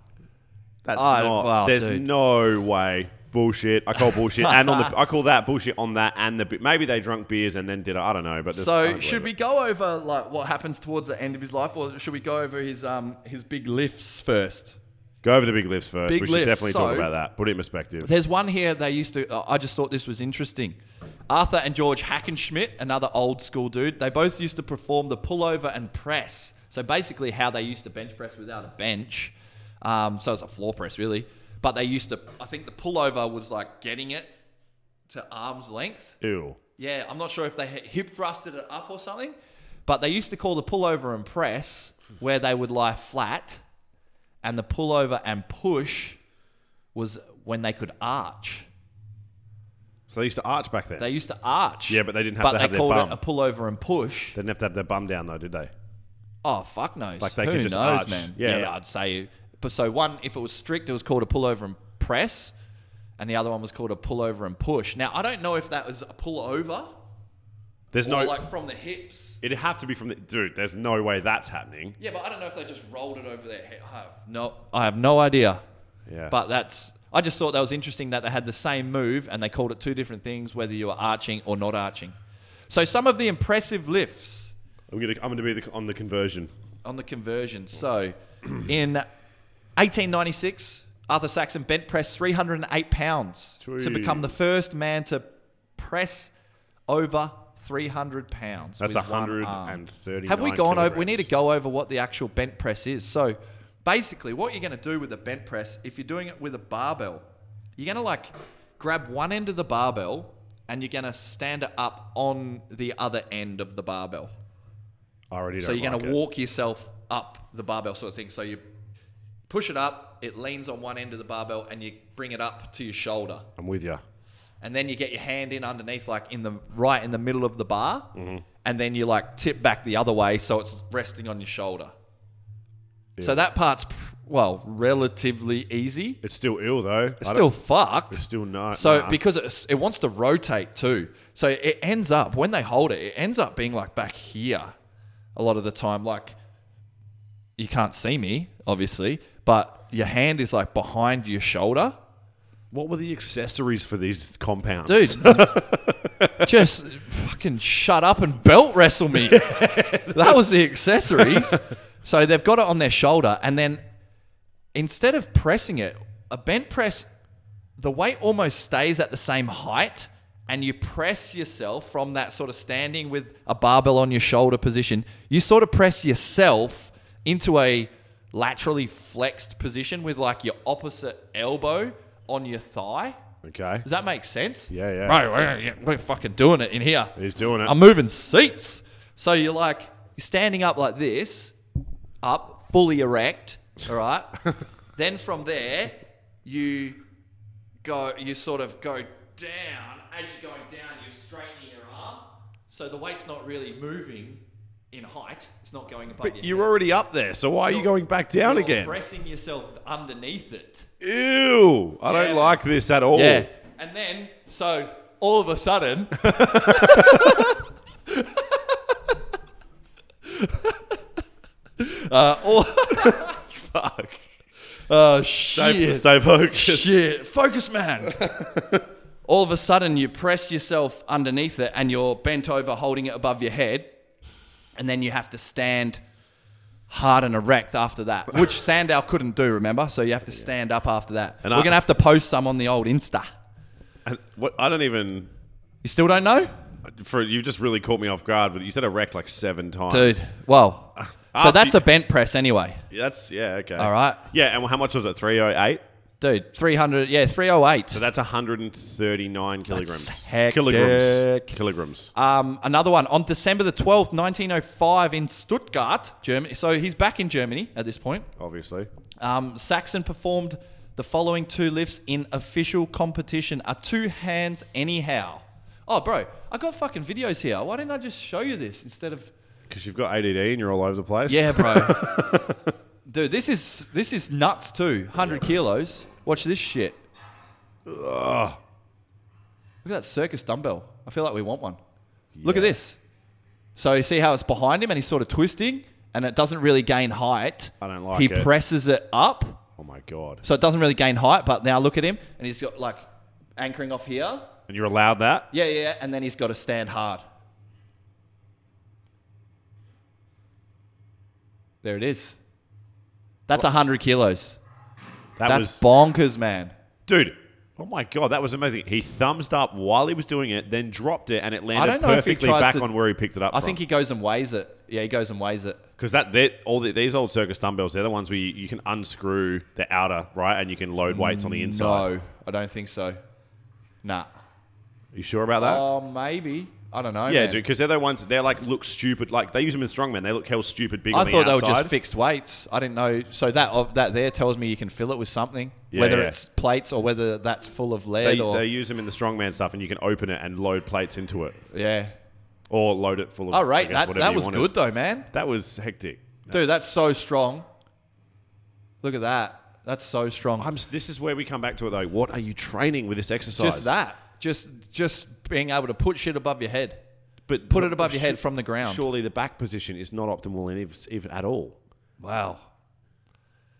Speaker 2: That's
Speaker 1: Oh,
Speaker 2: not.
Speaker 1: wow,
Speaker 2: there's
Speaker 1: dude.
Speaker 2: no way. Bullshit. I call bullshit, and on the I call that bullshit on that and the. be- Maybe they drunk beers and then did it. I don't know, but there's- I
Speaker 1: So
Speaker 2: don't
Speaker 1: should
Speaker 2: believe
Speaker 1: we go over like what happens towards the end of his life, or should we go over his um his big lifts first?
Speaker 2: it. go over the big lifts first?
Speaker 1: Big
Speaker 2: we should
Speaker 1: lifts,
Speaker 2: definitely talk
Speaker 1: so-
Speaker 2: about that. Put it in perspective.
Speaker 1: There's one here they used to. uh, I just thought this was interesting. Arthur and George Hackenschmidt, another old school dude, they both used to perform the pullover and press. So basically, how they used to bench press without a bench. Um, so it's a floor press, really. But they used to. I think the pullover was like getting it to arm's length.
Speaker 2: Ew.
Speaker 1: Yeah, I'm not sure if they hi- hip thrusted it up or something, but they used to call the pullover and press where they would lie flat, and the pullover and push was when they could arch.
Speaker 2: So they used to arch back then.
Speaker 1: They used to arch.
Speaker 2: Yeah, but they didn't have
Speaker 1: but
Speaker 2: to
Speaker 1: they
Speaker 2: have their
Speaker 1: called
Speaker 2: bum.
Speaker 1: it a pullover and push.
Speaker 2: They didn't have to have their bum down though, did they?
Speaker 1: Oh fuck knows.
Speaker 2: Like, they
Speaker 1: Who
Speaker 2: could just
Speaker 1: knows,
Speaker 2: arch.
Speaker 1: man?
Speaker 2: Yeah,
Speaker 1: Yeah,
Speaker 2: that-
Speaker 1: I'd say. But so one, if it was strict, it was called a pullover and press, and the other one was called a pullover and push. Now I don't know if that was a pullover
Speaker 2: There's
Speaker 1: or
Speaker 2: no.
Speaker 1: like from the hips.
Speaker 2: it'd have to be from the dude. There's no way that's happening.
Speaker 1: Yeah, but I don't know if they just rolled it over their head. I have no, I have no idea.
Speaker 2: Yeah.
Speaker 1: But that's. I just thought that was interesting that they had the same move and they called it two different things, whether you were arching or not arching. So some of the impressive lifts
Speaker 2: I'm gonna I'm gonna be the, on the conversion.
Speaker 1: on the conversion. So in 1896, Arthur Saxon bent pressed 308 pounds to
Speaker 2: Sweet.
Speaker 1: become the first man to press over 300 pounds.
Speaker 2: That's
Speaker 1: with one arm.
Speaker 2: 130.
Speaker 1: Have we gone over? We need to go over what the actual bent press is. So, basically, what you're going to do with a bent press, if you're doing it with a barbell, you're going to like grab one end of the barbell and you're gonna stand it up on the other end of the barbell.
Speaker 2: I already
Speaker 1: So
Speaker 2: don't
Speaker 1: you're
Speaker 2: like
Speaker 1: gonna
Speaker 2: it.
Speaker 1: walk yourself up the barbell sort of thing. So you push it up, it leans on one end of the barbell, and you bring it up to your shoulder.
Speaker 2: I'm with you.
Speaker 1: And then you get your hand in underneath, like in the right in the middle of the bar,
Speaker 2: Mm-hmm.
Speaker 1: and then you like tip back the other way, so it's resting on your shoulder. So that part's p- well relatively easy.
Speaker 2: It's still ill though.
Speaker 1: It's
Speaker 2: I
Speaker 1: still
Speaker 2: don't-
Speaker 1: fucked.
Speaker 2: it's still not.
Speaker 1: So
Speaker 2: nah.
Speaker 1: because it's, it wants to rotate too, so it ends up when they hold it, it ends up being like back here, a lot of the time. Like you can't see me, obviously, but your hand is like behind your shoulder,
Speaker 2: what were the accessories for these compounds,
Speaker 1: dude. just fucking shut up and belt wrestle me. that was the accessories. so they've got it on their shoulder, and then instead of pressing it, a bent press, the weight almost stays at the same height, and you press yourself from that sort of standing with a barbell on your shoulder position. You sort of press yourself into a laterally flexed position with like your opposite elbow on your thigh.
Speaker 2: Okay.
Speaker 1: Does that make sense?
Speaker 2: Yeah, yeah.
Speaker 1: Right, we're, yeah, we're fucking doing it in here.
Speaker 2: He's doing it.
Speaker 1: I'm moving seats. So you're like, you're standing up like this, up, fully erect, all right? then from there, you go, you sort of go down. As you're going down, you're straightening your arm. So the weight's not really moving in height. It's not going above
Speaker 2: but
Speaker 1: your
Speaker 2: you're already up there, so why are you going back down
Speaker 1: You're
Speaker 2: again?
Speaker 1: pressing yourself underneath it.
Speaker 2: Ew! I
Speaker 1: Yeah.
Speaker 2: don't like this at all.
Speaker 1: Yeah. And then, so all of a sudden. uh, all,
Speaker 2: Fuck.
Speaker 1: oh,
Speaker 2: Stay,
Speaker 1: shit.
Speaker 2: stay focused.
Speaker 1: Shit. Focus, man. all of a sudden, you press yourself underneath it and you're bent over, holding it above your head. And then you have to stand hard and erect after that, which Sandow couldn't do, remember? So you have to stand up after that.
Speaker 2: And
Speaker 1: We're
Speaker 2: I-
Speaker 1: going to have to post some on the old Insta.
Speaker 2: And What, I don't even.
Speaker 1: You still don't know?
Speaker 2: For you just really caught me off guard. With you said erect like seven times.
Speaker 1: Dude, well, so
Speaker 2: after
Speaker 1: that's
Speaker 2: you-
Speaker 1: a bent press anyway.
Speaker 2: That's yeah. Okay.
Speaker 1: All right.
Speaker 2: Yeah. And how much was it? Three oh eight.
Speaker 1: Dude, 300, yeah, 308.
Speaker 2: So that's 139 kilograms.
Speaker 1: hectic.
Speaker 2: Kilograms. Kilograms.
Speaker 1: Um, another one on December the 12th, 1905, in Stuttgart, Germany. So he's back in Germany at this point.
Speaker 2: Obviously.
Speaker 1: Um, Saxon performed the following two lifts in official competition. Are two hands anyhow? Oh, bro, I got fucking videos here. Why didn't I just show you this instead of.
Speaker 2: Because you've got ADD and you're all over the place.
Speaker 1: Yeah, bro. Dude, this is this is nuts too. 100 kilos. Watch this shit.
Speaker 2: Ugh.
Speaker 1: Look at that circus dumbbell. I feel like we want one. Look at
Speaker 2: Yeah.
Speaker 1: this. So you see how it's behind him and he's sort of twisting and it doesn't really gain height.
Speaker 2: I don't like
Speaker 1: he
Speaker 2: it.
Speaker 1: presses it up.
Speaker 2: Oh my god.
Speaker 1: So it doesn't really gain height, but now look at him and he's got like anchoring off here.
Speaker 2: And you're allowed that?
Speaker 1: Yeah, yeah, yeah, and then he's got to stand hard. There it is. That's 100 kilos.
Speaker 2: That
Speaker 1: That's
Speaker 2: was
Speaker 1: bonkers, man.
Speaker 2: dude. Oh my god, that was amazing. He thumbs up while he was doing it, then dropped it, and it landed
Speaker 1: don't know if he
Speaker 2: perfectly
Speaker 1: tries
Speaker 2: back
Speaker 1: to-
Speaker 2: on where he picked it up.
Speaker 1: I think he goes and weighs it. Yeah, he goes and weighs it.
Speaker 2: because that they're- all the, these old circus dumbbells, they're the ones where you, you can unscrew the outer right, and you can load weights on the inside.
Speaker 1: Mm, No, I don't think so. Nah.
Speaker 2: You sure about that?
Speaker 1: Oh, maybe. I don't know.
Speaker 2: Uh, yeah,
Speaker 1: man.
Speaker 2: dude, because they're the ones they're like look stupid. Like they use them in strongman. They look hell stupid big.
Speaker 1: I
Speaker 2: on the
Speaker 1: thought they were
Speaker 2: outside.
Speaker 1: just fixed weights. I didn't know. So that of that there tells me you can fill it with something,
Speaker 2: Yeah,
Speaker 1: whether
Speaker 2: yeah.
Speaker 1: it's plates or whether that's full of lead
Speaker 2: They,
Speaker 1: or
Speaker 2: they use them in the strongman stuff, and you can open it and load plates into it,
Speaker 1: yeah.
Speaker 2: or load it full of.
Speaker 1: All right,
Speaker 2: I guess,
Speaker 1: that
Speaker 2: whatever
Speaker 1: that
Speaker 2: you
Speaker 1: was
Speaker 2: wanted.
Speaker 1: good though, man.
Speaker 2: That was hectic.
Speaker 1: Dude, that's so strong. Look at that. That's so strong.
Speaker 2: I'm, s- this is where we come back to it though. What are you training with this exercise?
Speaker 1: just that. Just just being able to put shit above your head.
Speaker 2: but
Speaker 1: Put
Speaker 2: not-
Speaker 1: it above your head
Speaker 2: sh-
Speaker 1: from the ground.
Speaker 2: Surely the back position is not optimal, in if, if at all.
Speaker 1: Wow.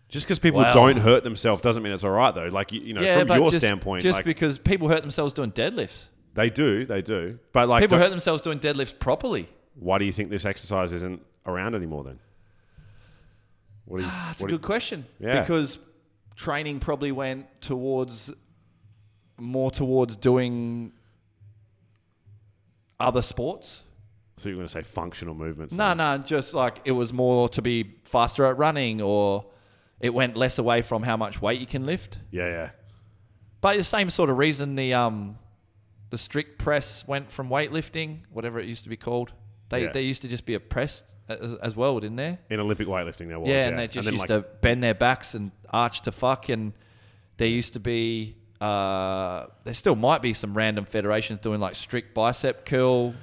Speaker 2: Just because people
Speaker 1: Wow.
Speaker 2: don't hurt themselves doesn't mean it's all right though. Like you, you know, from your
Speaker 1: just,
Speaker 2: standpoint,
Speaker 1: just
Speaker 2: like,
Speaker 1: because people hurt themselves doing deadlifts.
Speaker 2: they do, they do. But like,
Speaker 1: People
Speaker 2: don't-
Speaker 1: hurt themselves doing deadlifts properly.
Speaker 2: why do you think this exercise isn't around anymore then? What do you?
Speaker 1: That's Ah,
Speaker 2: what
Speaker 1: a
Speaker 2: do you-
Speaker 1: good question.
Speaker 2: Yeah.
Speaker 1: Because training probably went towards more towards doing other sports.
Speaker 2: so you're going to say functional movements?
Speaker 1: No, no, just like it was more to be faster at running or it went less away from how much weight you can lift.
Speaker 2: Yeah, yeah.
Speaker 1: But the same sort of reason the um the strict press went from weightlifting, whatever it used to be called. They
Speaker 2: Yeah.
Speaker 1: they used to just be a press as, as well, didn't there?
Speaker 2: In Olympic weightlifting, there was.
Speaker 1: yeah, and they just
Speaker 2: then,
Speaker 1: used
Speaker 2: like,
Speaker 1: to bend their backs and arch to fuck. And there used to be, uh, there still might be some random federations doing like strict bicep curl.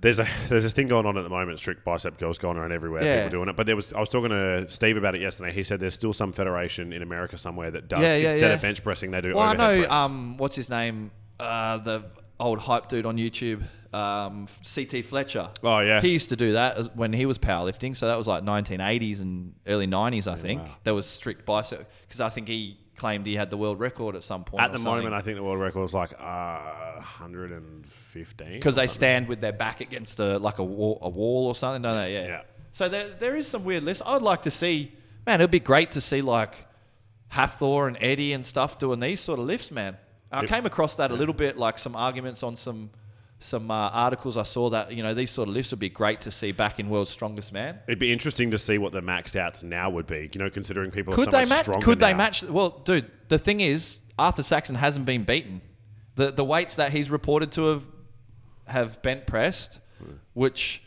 Speaker 2: There's a there's a thing going on at the moment. Strict bicep curls going around everywhere.
Speaker 1: Yeah.
Speaker 2: People doing it. But there was I was talking to Steve about it yesterday. He said there's still some federation in America somewhere that does
Speaker 1: Yeah, yeah,
Speaker 2: instead
Speaker 1: yeah.
Speaker 2: of bench pressing, they do
Speaker 1: Well, I
Speaker 2: overhead
Speaker 1: know,
Speaker 2: press.
Speaker 1: um, what's his name? Uh, the old hype dude on YouTube, um, CT Fletcher.
Speaker 2: Oh, yeah.
Speaker 1: He used to do that as- when he was powerlifting. So that was like 1980s and early 90s, I think.
Speaker 2: wow.
Speaker 1: There was strict bicep, because I think he claimed he had the world record at some point.
Speaker 2: at the moment, I think the world record was like uh, 115.
Speaker 1: because they stand with their back against a like a wall, a wall or something, don't they? Yeah.
Speaker 2: Yeah.
Speaker 1: So there, there is some weird lists. I'd like to see, man. It'd be great to see like Hathor and Eddie and stuff doing these sort of lifts, man. I
Speaker 2: Yep.
Speaker 1: came across that a little bit, like some arguments on some some uh, articles I saw that you know these sort of lifts would be great to see back in World's Strongest Man.
Speaker 2: It'd be interesting to see what the max outs now would be. You know, considering people are
Speaker 1: Could
Speaker 2: so
Speaker 1: they
Speaker 2: much
Speaker 1: match?
Speaker 2: stronger
Speaker 1: Could they
Speaker 2: now.
Speaker 1: match? Well, dude, the thing is, Arthur Saxon hasn't been beaten. The the weights that he's reported to have have bent pressed,
Speaker 2: Hmm.
Speaker 1: which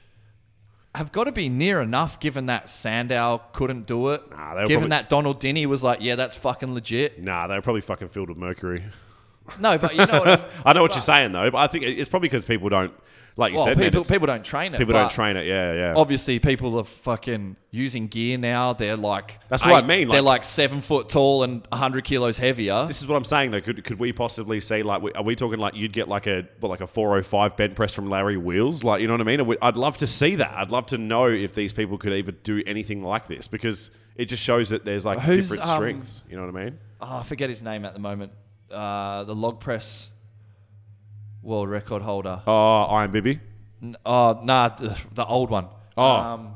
Speaker 1: have got to be near enough, given that Sandow couldn't do it.
Speaker 2: Nah, they were
Speaker 1: given
Speaker 2: probably-
Speaker 1: that Donald Denny was like, yeah, that's fucking legit.
Speaker 2: Nah, they're probably fucking filled with mercury.
Speaker 1: No, but you know what? I'm-
Speaker 2: I know what you're saying though, but I think it- it's probably because people don't, like you
Speaker 1: well,
Speaker 2: said, man,
Speaker 1: people
Speaker 2: it's-
Speaker 1: people don't train it.
Speaker 2: people don't
Speaker 1: but
Speaker 2: train it. Yeah, yeah.
Speaker 1: Obviously, people are fucking using gear now. They're like
Speaker 2: That's what I mean,
Speaker 1: They're
Speaker 2: like-
Speaker 1: like seven foot tall and hundred kilos heavier.
Speaker 2: This is what I'm saying though. Could, could we possibly see like we- are we talking like you'd get like a what, like a 405 bent press from Larry Wheels? Like you know what I mean? I would- I'd love to see that. I'd love to know if these people could even do anything like this because it just shows that there's like
Speaker 1: Who's,
Speaker 2: different
Speaker 1: um,
Speaker 2: strengths. You know what I mean?
Speaker 1: oh, I forget his name at the moment. Uh, the log press world record holder.
Speaker 2: Oh, Iron Bibby.
Speaker 1: N- Oh, nah, the, the old one.
Speaker 2: Oh.
Speaker 1: Um,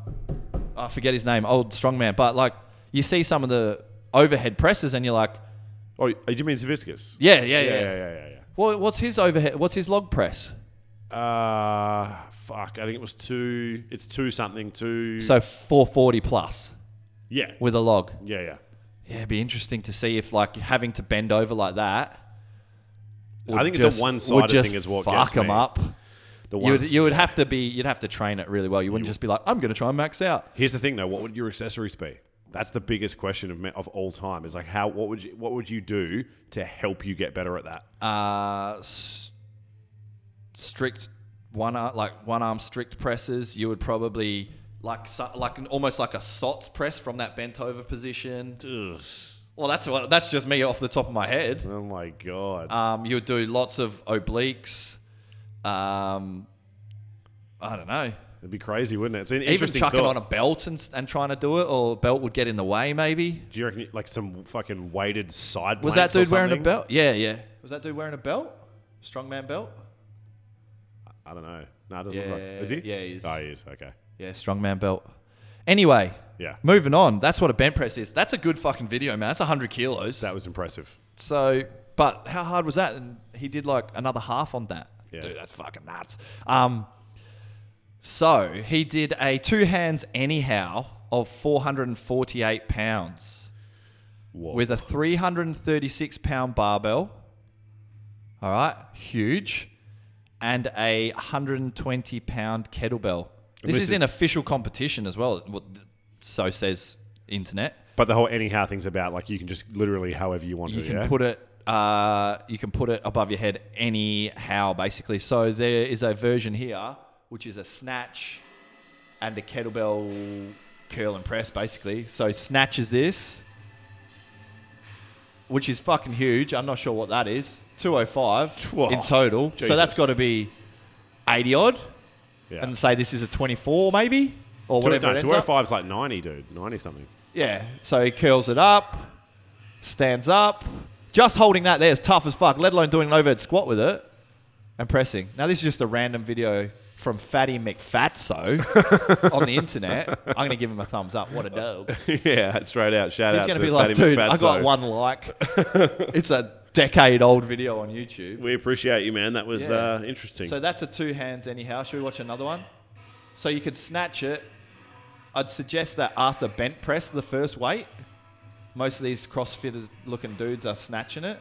Speaker 1: I forget his name, old strongman. But like, you see some of the overhead presses, and you're like,
Speaker 2: Oh, do you mean Zaviscus?
Speaker 1: yeah, yeah, yeah.
Speaker 2: yeah, yeah, yeah. yeah,
Speaker 1: Well, what's his overhead? What's his log press?
Speaker 2: yeah. Uh, fuck. I think it was two. It's two something. Two.
Speaker 1: So 440 plus
Speaker 2: yeah,
Speaker 1: with a log.
Speaker 2: yeah, yeah.
Speaker 1: Yeah, it'd be interesting to see if like having to bend over like that. would
Speaker 2: I think the
Speaker 1: just-
Speaker 2: one-sided
Speaker 1: would just
Speaker 2: thing is what
Speaker 1: fuck
Speaker 2: gets
Speaker 1: them
Speaker 2: me.
Speaker 1: up.
Speaker 2: The
Speaker 1: You would,
Speaker 2: ones-
Speaker 1: you would have to be you'd have to train it really well. You wouldn't just be like, I'm gonna try and max out.
Speaker 2: Here's the thing, though. What would your accessories be? That's the biggest question of, me- of all time. Is like how what would you what would you do to help you get better at that?
Speaker 1: uh, s- strict one arm, like one arm strict presses. You would probably like so- like an, almost like a sots press from that bent over position. Well, that's what that's just me off the top of my head.
Speaker 2: Oh my god!
Speaker 1: Um, you would do lots of obliques. Um, I don't know.
Speaker 2: It'd be crazy, wouldn't it? It's an
Speaker 1: Even
Speaker 2: interesting
Speaker 1: chucking
Speaker 2: thought.
Speaker 1: on a belt and, and trying to do it, or belt would get in the way. Maybe
Speaker 2: Do you reckon like some fucking weighted side?
Speaker 1: was that
Speaker 2: planks
Speaker 1: dude
Speaker 2: or
Speaker 1: wearing a
Speaker 2: something?
Speaker 1: belt? Yeah, yeah. Was that dude wearing a belt? Strongman belt?
Speaker 2: I don't know. No, it doesn't look like.
Speaker 1: Yeah,
Speaker 2: Is he?
Speaker 1: yeah, he is.
Speaker 2: Oh, he is. Okay.
Speaker 1: Yeah, strongman belt. Anyway,
Speaker 2: Yeah,
Speaker 1: Moving on. That's what a bench press is. That's a good fucking video, man. That's 100 kilos.
Speaker 2: that was impressive.
Speaker 1: so, but how hard was that? And he did like another half on that.
Speaker 2: Yeah.
Speaker 1: Dude, that's fucking nuts. Um, so he did a two hands anyhow of 448 pounds
Speaker 2: Whoa.
Speaker 1: with a 336 pound barbell. All right, huge, and a 120 pound kettlebell. This,
Speaker 2: this
Speaker 1: is, in
Speaker 2: is-
Speaker 1: official competition as well. what- So says internet.
Speaker 2: but the whole anyhow thing's about like you can just literally however you want
Speaker 1: you
Speaker 2: to.
Speaker 1: can
Speaker 2: yeah?
Speaker 1: put it uh, you can put it above your head anyhow basically so there is a version here which is a snatch and a kettlebell curl and press basically so snatch is this which is fucking huge i'm not sure what that is 205
Speaker 2: Whoa.
Speaker 1: in total so that's
Speaker 2: Jesus.
Speaker 1: got to be 80 odd
Speaker 2: yeah.
Speaker 1: and say this is a 24 maybe or
Speaker 2: Two-
Speaker 1: whatever it
Speaker 2: no, two oh
Speaker 1: ends
Speaker 2: hundred
Speaker 1: up.
Speaker 2: five's like ninety, dude. Ninety something.
Speaker 1: Yeah. So he curls it up, stands up. Just holding that there is tough as fuck, let alone doing an overhead squat with it and pressing. Now, this is just a random video from Fatty McFatso on the internet. I'm going to give him a thumbs up. What a dog.
Speaker 2: yeah, straight out. Shout
Speaker 1: He's
Speaker 2: out
Speaker 1: going
Speaker 2: to
Speaker 1: to be like,
Speaker 2: Fatty
Speaker 1: dude, I got
Speaker 2: McFatso."
Speaker 1: one like. it's a decade old video on YouTube.
Speaker 2: We appreciate you, man. That was
Speaker 1: Yeah.
Speaker 2: uh, interesting.
Speaker 1: So that's a two hands anyhow. Should we watch another one? So you could snatch it. I'd suggest that Arthur bent press the first weight. Most of these CrossFitters looking dudes are snatching it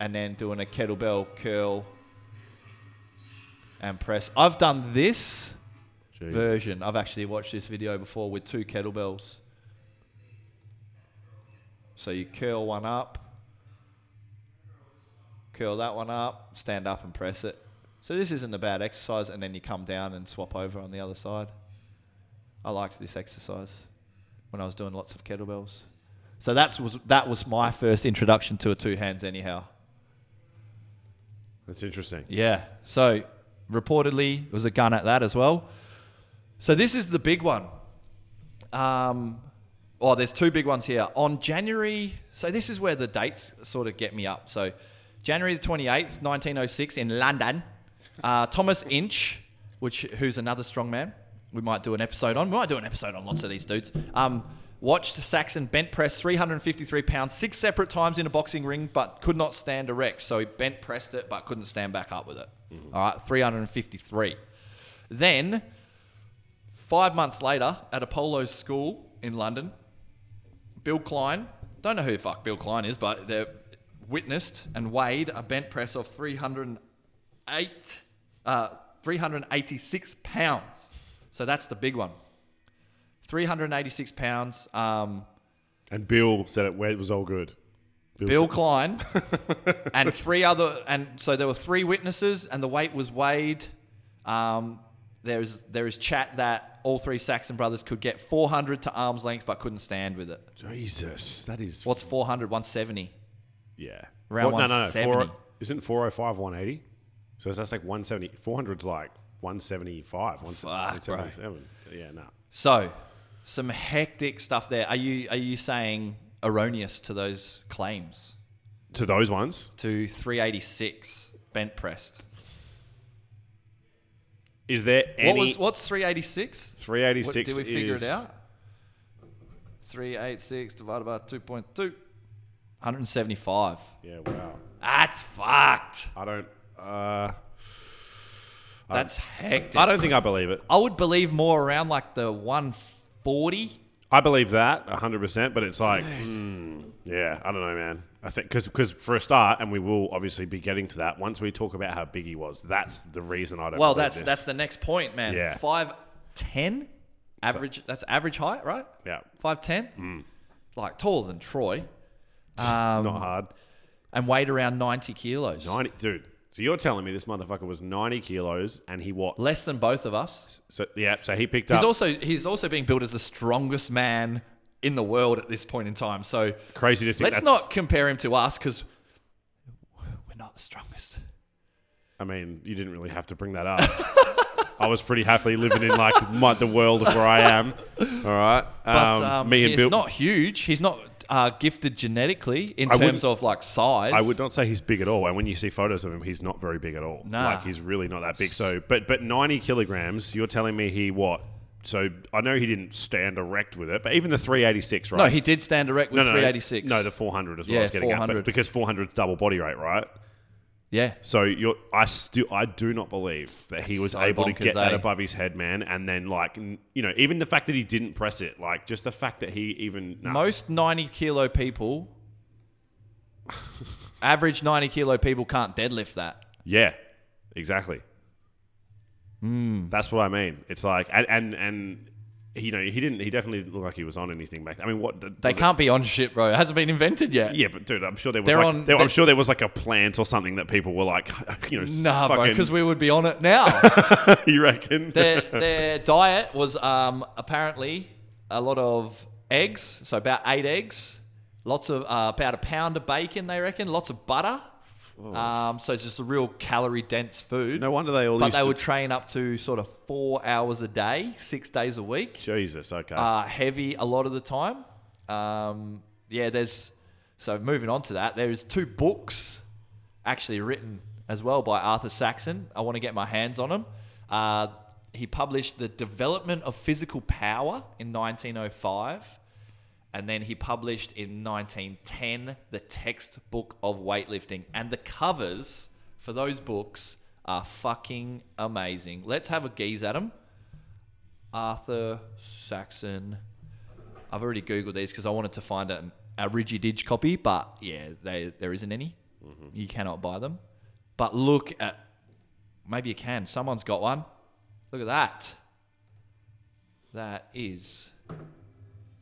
Speaker 1: and then doing a kettlebell curl and press. I've done this
Speaker 2: Jesus.
Speaker 1: version. I've actually watched this video before with two kettlebells. So you curl one up, curl that one up, stand up and press it. So this isn't a bad exercise, and then you come down and swap over on the other side. I liked this exercise when I was doing lots of kettlebells. So that's was that was my first introduction to a two hands anyhow.
Speaker 2: That's interesting.
Speaker 1: Yeah. So reportedly, it was a gun at that as well. So this is the big one. Um, oh, there's two big ones here. On January, so this is where the dates sort of get me up. So January the 28th, 1906, in London, uh, Thomas Inch, which who's another strongman, we might do an episode on. We might do an episode on lots of these dudes. Um, watched Saxon bent press 353 pounds six separate times in a boxing ring, but could not stand erect. So he bent pressed it, but couldn't stand back up with it. All right, 353. Then Five months later, at Apollo's school in London, Bill Klein, don't know who the fuck Bill Klein is, but they witnessed and weighed a bench press of 308, uh, 386 pounds. So that's the big one. 386 pounds. Um,
Speaker 2: And Bill said it, where it was all good.
Speaker 1: Bill
Speaker 2: said-
Speaker 1: Klein and three other, and so there were three witnesses, and the weight was weighed. Um, there's there is chat that all three Saxon brothers could get 400 to arm's length, but couldn't stand with it.
Speaker 2: Jesus, that is.
Speaker 1: What's 400? 170.
Speaker 2: Yeah.
Speaker 1: Round
Speaker 2: What- no, no, no.
Speaker 1: 170.
Speaker 2: Four, oh isn't 405 180? So that's like 170. 400's like 175,
Speaker 1: Fuck, bro.
Speaker 2: 177. Yeah, no.
Speaker 1: So, some hectic stuff there. Are you are you saying erroneous to those claims?
Speaker 2: To those ones,
Speaker 1: To 386 bent pressed.
Speaker 2: is there
Speaker 1: What
Speaker 2: any.
Speaker 1: was what's 386? What,
Speaker 2: 386
Speaker 1: did we figure
Speaker 2: is-
Speaker 1: it out? 386 divided by 2.2. 175.
Speaker 2: Yeah, wow.
Speaker 1: That's fucked.
Speaker 2: I don't. Uh,
Speaker 1: That's hectic.
Speaker 2: I
Speaker 1: I,
Speaker 2: don't think I believe it.
Speaker 1: would believe more around like the 140.
Speaker 2: I believe that 100%, but it's like, mm, yeah, I don't know, man. I think because for a start, and we will obviously be getting to that once we talk about how big he was. That's the reason I don't.
Speaker 1: Well,
Speaker 2: believe
Speaker 1: that's
Speaker 2: this.
Speaker 1: that's the next point, man.
Speaker 2: Yeah.
Speaker 1: 510 average that's average height, right?
Speaker 2: yeah, Hmm.
Speaker 1: 510. Like taller than Troy Um,
Speaker 2: not hard.
Speaker 1: and weighed around 90 kilos.
Speaker 2: 90, dude. So you're telling me this motherfucker was 90 kilos and he what?
Speaker 1: Less than both of us.
Speaker 2: So yeah, so he picked
Speaker 1: He's
Speaker 2: up
Speaker 1: also he's also being billed as the strongest man in the world at this point in time. So
Speaker 2: crazy to think.
Speaker 1: let's
Speaker 2: that's,
Speaker 1: not compare him to us because we're not the strongest.
Speaker 2: I mean, you didn't really have to bring that up. I was pretty happily living in like my, the world of where I am. All right,
Speaker 1: But
Speaker 2: um,
Speaker 1: um,
Speaker 2: me and
Speaker 1: he's
Speaker 2: Bill.
Speaker 1: not huge. He's not uh, gifted genetically in
Speaker 2: I wouldn't-
Speaker 1: terms of like size.
Speaker 2: I would not say he's big at all. And when you see photos of him, he's not very big at all.
Speaker 1: Nah.
Speaker 2: Like he's really not that big. So, but but 90 kilograms. You're telling me he what? So I know he didn't stand erect with it, but even the 386, right?
Speaker 1: No, he did stand erect with 386.
Speaker 2: No, the 400 is what
Speaker 1: Yeah,
Speaker 2: I was getting at.
Speaker 1: 400.
Speaker 2: But because 400 is double body rate, right?
Speaker 1: yeah.
Speaker 2: So you're, I still, I do not believe that he was
Speaker 1: so
Speaker 2: able to
Speaker 1: bonkers,
Speaker 2: get that
Speaker 1: eh?
Speaker 2: above his head, man. And then like, n- you know, even the fact that he didn't press it, like just the fact that he even nah.
Speaker 1: Most 90 kilo people, average 90 kilo people can't deadlift that.
Speaker 2: Yeah, exactly. That's what I mean. It's like and and, and you know he didn't. He definitely didn't look like he was on anything back. I mean, what
Speaker 1: They
Speaker 2: was it-
Speaker 1: can't be on shit, bro. It hasn't been invented yet.
Speaker 2: Yeah, but dude, I'm sure there was.
Speaker 1: They're
Speaker 2: Like,
Speaker 1: on-
Speaker 2: there- I'm
Speaker 1: they-
Speaker 2: sure there was like a plant or something that people were like, you know,
Speaker 1: Nah, bro,
Speaker 2: fucking,
Speaker 1: because we would be on it now.
Speaker 2: you reckon?
Speaker 1: their, their diet was um, apparently a lot of eggs, so about eight eggs, lots of uh, about a pound of bacon, they reckon, lots of butter. Um, so it's just a real calorie dense food.
Speaker 2: No wonder they all.
Speaker 1: but
Speaker 2: used
Speaker 1: they
Speaker 2: to,
Speaker 1: would train up to sort of four hours a day, six days a week
Speaker 2: Jesus, okay.
Speaker 1: uh, heavy a lot of the time. Um, yeah, there's so moving on to that. There is two books actually written as well by Arthur Saxon. I want to get my hands on them. Uh, he published the Development of Physical Power in 1905, and then he published in 1910 the Textbook of Weightlifting. And the covers for those books are fucking amazing. Let's have a geeze at them. Arthur Saxon. I've already googled these because I wanted to find an, a rigidage copy, but yeah, they, there isn't any. You cannot buy them. But look at Maybe you can. Someone's got one. Look at that. That is.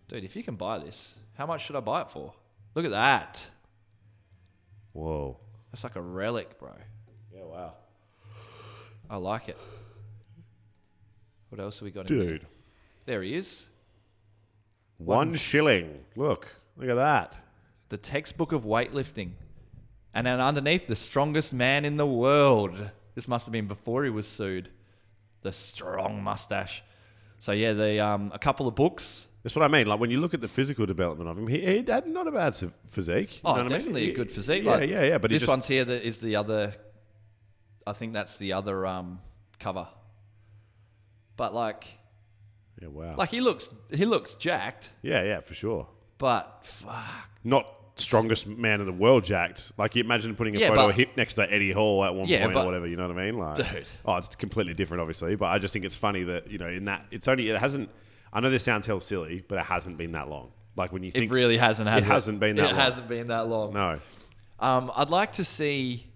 Speaker 1: Dude, if you can buy this, how much should I buy it for? Look at that.
Speaker 2: Whoa.
Speaker 1: That's like a relic, bro.
Speaker 2: Yeah, wow.
Speaker 1: I like it. What else have we got? In here?
Speaker 2: Dude.
Speaker 1: There he is.
Speaker 2: One shilling. Look. Look at that.
Speaker 1: The textbook of weightlifting. And then underneath, the strongest man in the world. This must have been before he was sued. The strong mustache. So yeah, the um, a couple of books.
Speaker 2: That's what I mean. Like when you look at the physical development of him, he, he had not a bad s- physique. You
Speaker 1: Oh,
Speaker 2: know what I mean?
Speaker 1: definitely
Speaker 2: He-
Speaker 1: a good physique.
Speaker 2: Yeah,
Speaker 1: like,
Speaker 2: yeah, yeah. But he
Speaker 1: this
Speaker 2: just,
Speaker 1: one's here that is the other. I think that's the other um, cover. But like,
Speaker 2: yeah, wow.
Speaker 1: like he looks, he looks jacked,
Speaker 2: yeah, yeah, for sure.
Speaker 1: but fuck.
Speaker 2: Not strongest man in the world, jacked. Like you imagine putting a
Speaker 1: Yeah,
Speaker 2: photo
Speaker 1: but-
Speaker 2: of him next to Eddie Hall at one
Speaker 1: Yeah,
Speaker 2: point
Speaker 1: but-
Speaker 2: or whatever. You know what I mean? Like,
Speaker 1: Dude.
Speaker 2: oh, it's completely different, obviously. But I just think it's funny that you know, in that, it's only it hasn't. I know this sounds hell silly, but it hasn't been that long. Like when you
Speaker 1: It
Speaker 2: think,
Speaker 1: really hasn't. Has
Speaker 2: it hasn't been that
Speaker 1: It
Speaker 2: long.
Speaker 1: hasn't been that long.
Speaker 2: no,
Speaker 1: Um, I'd like to see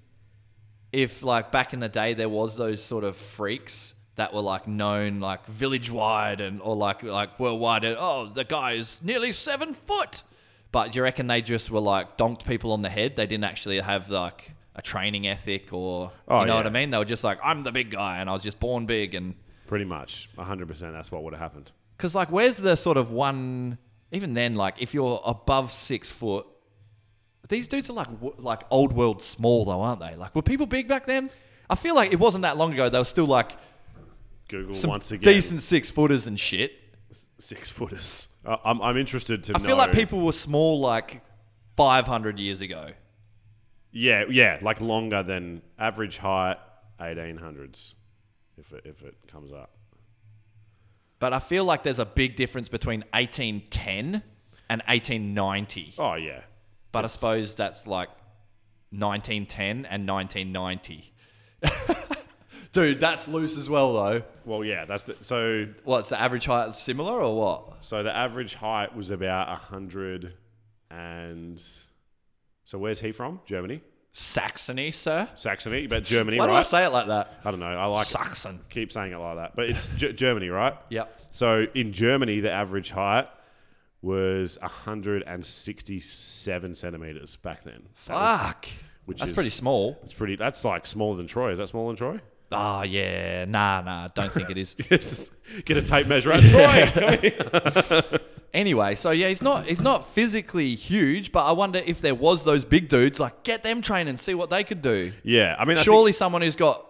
Speaker 1: if, like, back in the day, there was those sort of freaks that were like known, like village wide and or like like worldwide. And, oh, the guy is nearly seven foot. But do you reckon they just were like donked people on the head? They didn't actually have like a training ethic or
Speaker 2: Oh,
Speaker 1: you know what
Speaker 2: yeah.
Speaker 1: I mean? They were just like, I'm the big guy and I was just born big and
Speaker 2: pretty much, hundred percent. That's what would have happened.
Speaker 1: because like, where's the sort of one? Even then, like, if you're above six foot, these dudes are like w- like old world small though, aren't they? Like, were people big back then? I feel like it wasn't that long ago. They were still like
Speaker 2: Google
Speaker 1: some
Speaker 2: once again,
Speaker 1: decent six footers and shit.
Speaker 2: six footers. Uh, I'm, I'm interested to
Speaker 1: I
Speaker 2: know.
Speaker 1: feel like people were small like 500 years ago.
Speaker 2: Yeah, yeah, like longer than average height, eighteen hundreds, if it, if it comes up.
Speaker 1: But I feel like there's a big difference between 1810 and 1890.
Speaker 2: Oh yeah,
Speaker 1: But I suppose that's like 1910 and 1990. Dude, that's loose as well though.
Speaker 2: well yeah, that's the, so
Speaker 1: What's the average height similar or what?
Speaker 2: so the average height was about hundred and. So where's he from? Germany,
Speaker 1: Saxony, sir?
Speaker 2: Saxony, but Germany,
Speaker 1: Why do I
Speaker 2: right?
Speaker 1: say it like that?
Speaker 2: I don't know. I like
Speaker 1: Saxon.
Speaker 2: keep saying it like that, but it's G- Germany, right?
Speaker 1: Yep.
Speaker 2: So in Germany, the average height was 167 centimeters back then. That was-
Speaker 1: Fuck.
Speaker 2: which
Speaker 1: That's
Speaker 2: is-
Speaker 1: pretty small.
Speaker 2: It's pretty. That's like smaller than Troy. Is that smaller than Troy?
Speaker 1: Oh, yeah. Nah, nah. Don't think it is.
Speaker 2: Yes. Get a tape measure out, Troy. Come here.
Speaker 1: anyway, so yeah, he's not he's not physically huge, but I wonder if there was those big dudes, like get them trained and see what they could do.
Speaker 2: Yeah, I mean, I
Speaker 1: Surely someone who's got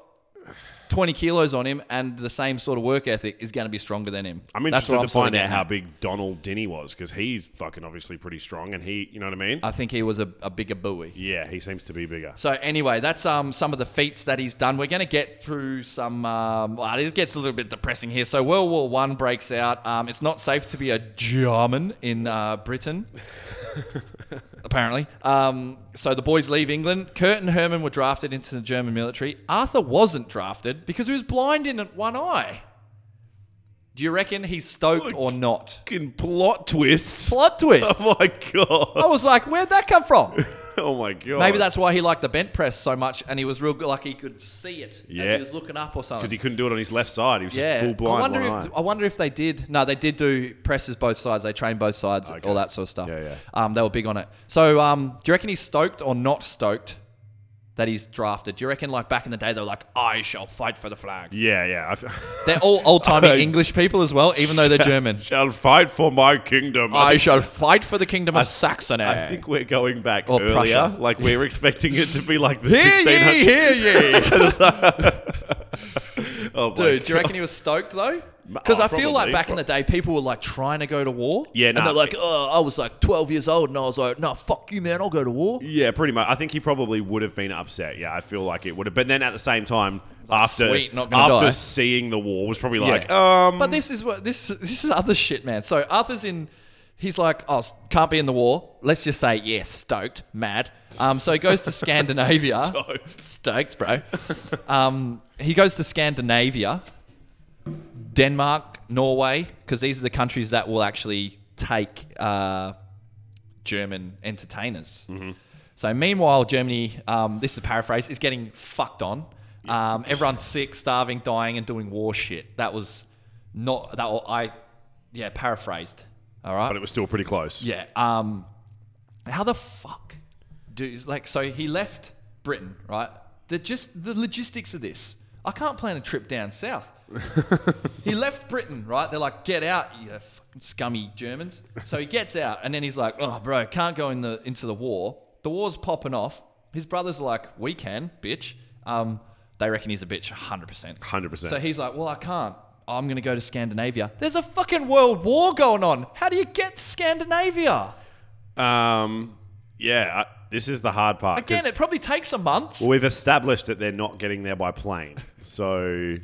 Speaker 1: 20 kilos on him and the same sort of work ethic is going to be stronger than him.
Speaker 2: Think, I'm
Speaker 1: That's
Speaker 2: interested
Speaker 1: what I'm sorta
Speaker 2: to find out
Speaker 1: getting
Speaker 2: how
Speaker 1: at.
Speaker 2: big Donald Denny was because he's fucking obviously pretty strong, and he, you know what I mean?
Speaker 1: I think he was a, a bigger buoy.
Speaker 2: yeah, he seems to be bigger.
Speaker 1: So anyway, that's um, some of the feats that he's done. We're going to get through some. Um, well, this gets a little bit depressing here. So World War One breaks out. Um, it's not safe to be a German in uh, Britain, apparently. Um, so the boys leave England. Kurt and Herman were drafted into the German military. Arthur wasn't drafted because he was blind in one eye. Do you reckon he's stoked or not?
Speaker 2: Fucking plot twist.
Speaker 1: Plot twist.
Speaker 2: Oh my god.
Speaker 1: I was like, where'd that come from?
Speaker 2: Oh my god.
Speaker 1: Maybe that's why he liked the bent press so much, and he was real good, like he could see it as
Speaker 2: Yeah.
Speaker 1: he was looking up or something.
Speaker 2: because he couldn't do it on his left side. He was
Speaker 1: yeah,
Speaker 2: just full blind.
Speaker 1: I wonder,
Speaker 2: one
Speaker 1: if,
Speaker 2: eye.
Speaker 1: I wonder if they did. No, they did do presses both sides. They trained both sides,
Speaker 2: Okay.
Speaker 1: all that sort of stuff.
Speaker 2: Yeah, yeah.
Speaker 1: Um, they were big on it. So, um, do you reckon he's stoked or not stoked that he's drafted? Do you reckon, like back in the day, they were like, "I shall fight for the flag."
Speaker 2: Yeah, yeah. I f-
Speaker 1: They're all old timey
Speaker 2: I-
Speaker 1: English people as well, even though they're German.
Speaker 2: Shall fight for my kingdom.
Speaker 1: I shall fight for the kingdom of Saxony.
Speaker 2: I think we're going back
Speaker 1: Or
Speaker 2: earlier.
Speaker 1: Prussia.
Speaker 2: Like we were expecting it to be like the
Speaker 1: hear ye,
Speaker 2: 1600s.
Speaker 1: hear ye.
Speaker 2: Oh, my
Speaker 1: Dude, do you reckon he was stoked though? Because
Speaker 2: Oh,
Speaker 1: I feel like
Speaker 2: probably.
Speaker 1: back in the day, people were like trying to go to war.
Speaker 2: Yeah, nah.
Speaker 1: and they're like, oh, I was like 12 years old, and I was like, no, fuck you, man, I'll go to war.
Speaker 2: Yeah, pretty much. I think he probably would have been upset. Yeah, I feel like it would have. But then at the same time, after
Speaker 1: sweet, not gonna
Speaker 2: after
Speaker 1: die.
Speaker 2: seeing the war, was probably like, um,
Speaker 1: but this is what this this is other shit, man. So Arthur's in. He's like, oh, s- can't be in the war. Let's just say, yes, stoked, mad. Um, so he goes to Scandinavia.
Speaker 2: Stoked.
Speaker 1: Stoked, bro. Um, he goes to Scandinavia, Denmark, Norway, because these are the countries that will actually take uh, German entertainers. So meanwhile, Germany, um, this is a paraphrase, is getting fucked on. Um, everyone's sick, starving, dying, and doing war shit. That was not that. I yeah, paraphrased. All right.
Speaker 2: but it was still pretty close.
Speaker 1: Yeah. Um, how the fuck do like so he left Britain, right? The just the logistics of this. I can't plan a trip down south. he left Britain, right? They're like, get out, you fucking scummy Germans. So he gets out, and then he's like, oh, bro, can't go in the into the war. The war's popping off. His brother's like, we can, bitch. Um, they reckon he's a bitch, hundred percent.
Speaker 2: 100%.
Speaker 1: So he's like, well, I can't. I'm going to go to Scandinavia. There's a fucking world war going on. How do you get to Scandinavia?
Speaker 2: Um, yeah, I, this is the hard part.
Speaker 1: Again,
Speaker 2: 'cause-
Speaker 1: it probably takes a month.
Speaker 2: well, we've established that they're not getting there by plane, so